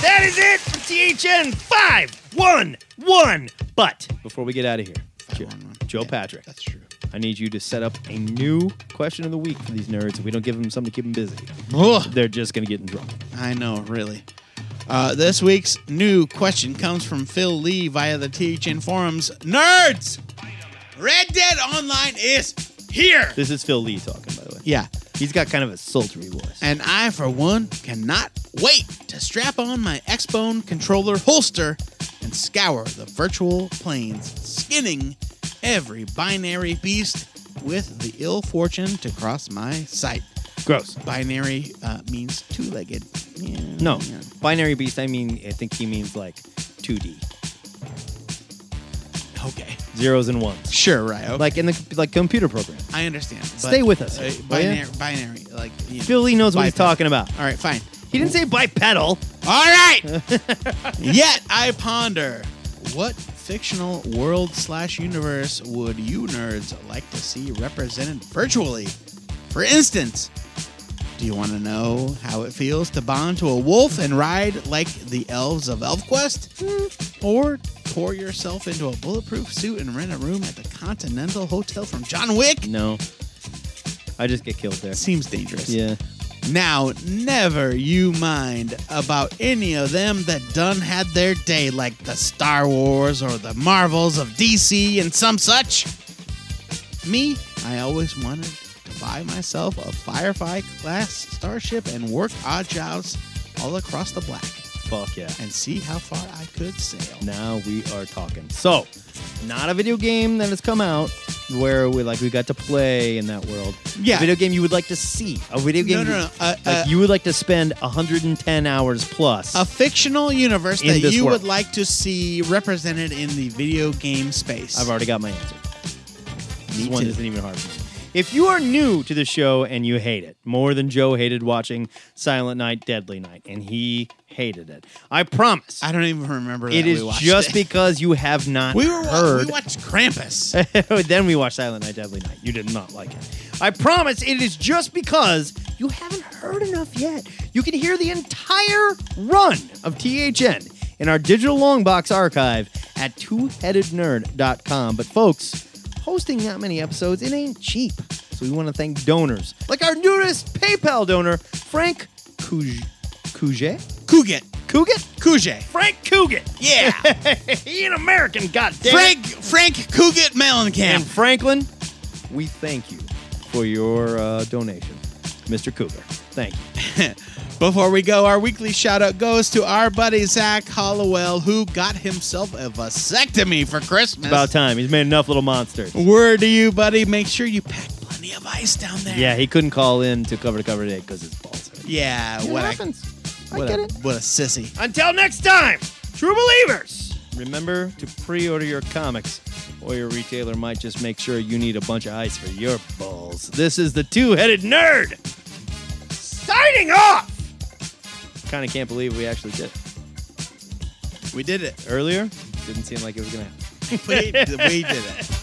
Speaker 3: That is it for THN 5 1 1. But before we get out of here, Joe, Joe Patrick,
Speaker 5: That's true.
Speaker 3: I need you to set up a new question of the week for these nerds if we don't give them something to keep them busy.
Speaker 5: Ugh.
Speaker 3: They're just going to get in trouble.
Speaker 5: I know, really. Uh, this week's new question comes from Phil Lee via the THN forums. Nerds! Red Dead Online is here!
Speaker 3: This is Phil Lee talking, by the way.
Speaker 5: Yeah,
Speaker 3: He's got kind of a sultry voice.
Speaker 5: and I, for one, cannot wait to strap on my Xbone controller holster and scour the virtual plains, skinning every binary beast with the ill fortune to cross my sight.
Speaker 3: Gross.
Speaker 5: Binary uh, means two legged. Yeah,
Speaker 3: No,
Speaker 5: yeah.
Speaker 3: binary beast, I mean, I think he means like 2D,
Speaker 5: Okay.
Speaker 3: zeros and ones.
Speaker 5: Sure, right. Okay.
Speaker 3: like in the like computer program.
Speaker 5: I understand. but,
Speaker 3: Stay with us
Speaker 5: uh,
Speaker 3: here, will
Speaker 5: binary,
Speaker 3: ya?
Speaker 5: binary, like you know,
Speaker 3: Philly knows what he's
Speaker 5: bypass.
Speaker 3: talking about.
Speaker 5: All right, fine.
Speaker 3: He didn't say bipedal. *laughs*
Speaker 5: All right. Yet I ponder, what fictional world slash universe would you nerds like to see represented virtually? For instance, do you want to know how it feels to bond to a wolf and ride like the elves of
Speaker 3: Hmm.
Speaker 5: ElfQuest? Or pour yourself into a bulletproof suit and rent a room at the Continental Hotel from John Wick?
Speaker 3: No. I just get killed there.
Speaker 5: Seems dangerous.
Speaker 3: Yeah.
Speaker 5: Now, never you mind about any of them that done had their day, like the Star Wars or the Marvels of DC and some such. Me, I always wanted to buy myself a Firefly class starship and work odd jobs all across the black
Speaker 3: Fuck yeah.
Speaker 5: and see how far I could sail.
Speaker 3: Now we are talking. So, not a video game that has come out where we like we got to play in that world.
Speaker 5: Yeah.
Speaker 3: A video game you would like to see. A video
Speaker 5: No,
Speaker 3: game
Speaker 5: no,
Speaker 3: you-
Speaker 5: no, uh,
Speaker 3: like
Speaker 5: uh,
Speaker 3: you would like to spend 110 hours plus.
Speaker 5: A fictional universe
Speaker 3: In
Speaker 5: that
Speaker 3: this
Speaker 5: you
Speaker 3: world.
Speaker 5: would like to see represented in the video game space.
Speaker 3: I've already got my answer. This
Speaker 5: Me
Speaker 3: one
Speaker 5: too.
Speaker 3: isn't even hard for me. If you are new to the show and you hate it, more than Joe hated watching Silent Night, Deadly Night, and he hated it. I promise.
Speaker 5: I don't even remember.
Speaker 3: it
Speaker 5: that
Speaker 3: is
Speaker 5: we watched
Speaker 3: just
Speaker 5: it.
Speaker 3: because you have not
Speaker 5: We were
Speaker 3: heard.
Speaker 5: we
Speaker 3: *laughs*
Speaker 5: watched Krampus.
Speaker 3: Oh, then we watched Silent Night, Deadly Night. You did not like it. I promise it is just because you haven't heard enough yet. You can hear the entire run of THN in our digital long box archive at twoheadednerd.com. But folks, hosting that many episodes, it ain't cheap. So we want to thank donors like our newest PayPal donor, Frank Couge- Couget.
Speaker 5: Kuget.
Speaker 3: Couget?
Speaker 5: Kuget.
Speaker 3: Frank Couget.
Speaker 5: Yeah.
Speaker 3: *laughs* he an American, goddamn.
Speaker 5: Frank Frank Kuget
Speaker 3: And
Speaker 5: Mellencamp.
Speaker 3: Franklin, we thank you for your uh, donation, Mr. Cougar. Thank you.
Speaker 5: Before we go, our weekly shout out goes to our buddy Zach Hollowell, who got himself a vasectomy for Christmas.
Speaker 3: About time. He's made enough little monsters.
Speaker 5: Word to you, buddy. Make sure you pack plenty of ice down there.
Speaker 3: Yeah, he couldn't call in to cover to cover today because his balls hurt.
Speaker 5: Yeah.
Speaker 3: It
Speaker 5: What a,
Speaker 3: happens. I
Speaker 5: what,
Speaker 3: get
Speaker 5: a,
Speaker 3: it.
Speaker 5: what a sissy.
Speaker 3: Until next time, true believers. Remember to pre-order your comics, or your retailer might just make sure you need a bunch of ice for your balls. This is the two-headed nerd. Signing off. Kind of can't believe we actually did. it.
Speaker 5: We did it.
Speaker 3: Earlier, didn't seem like it was gonna happen.
Speaker 5: We, we did it.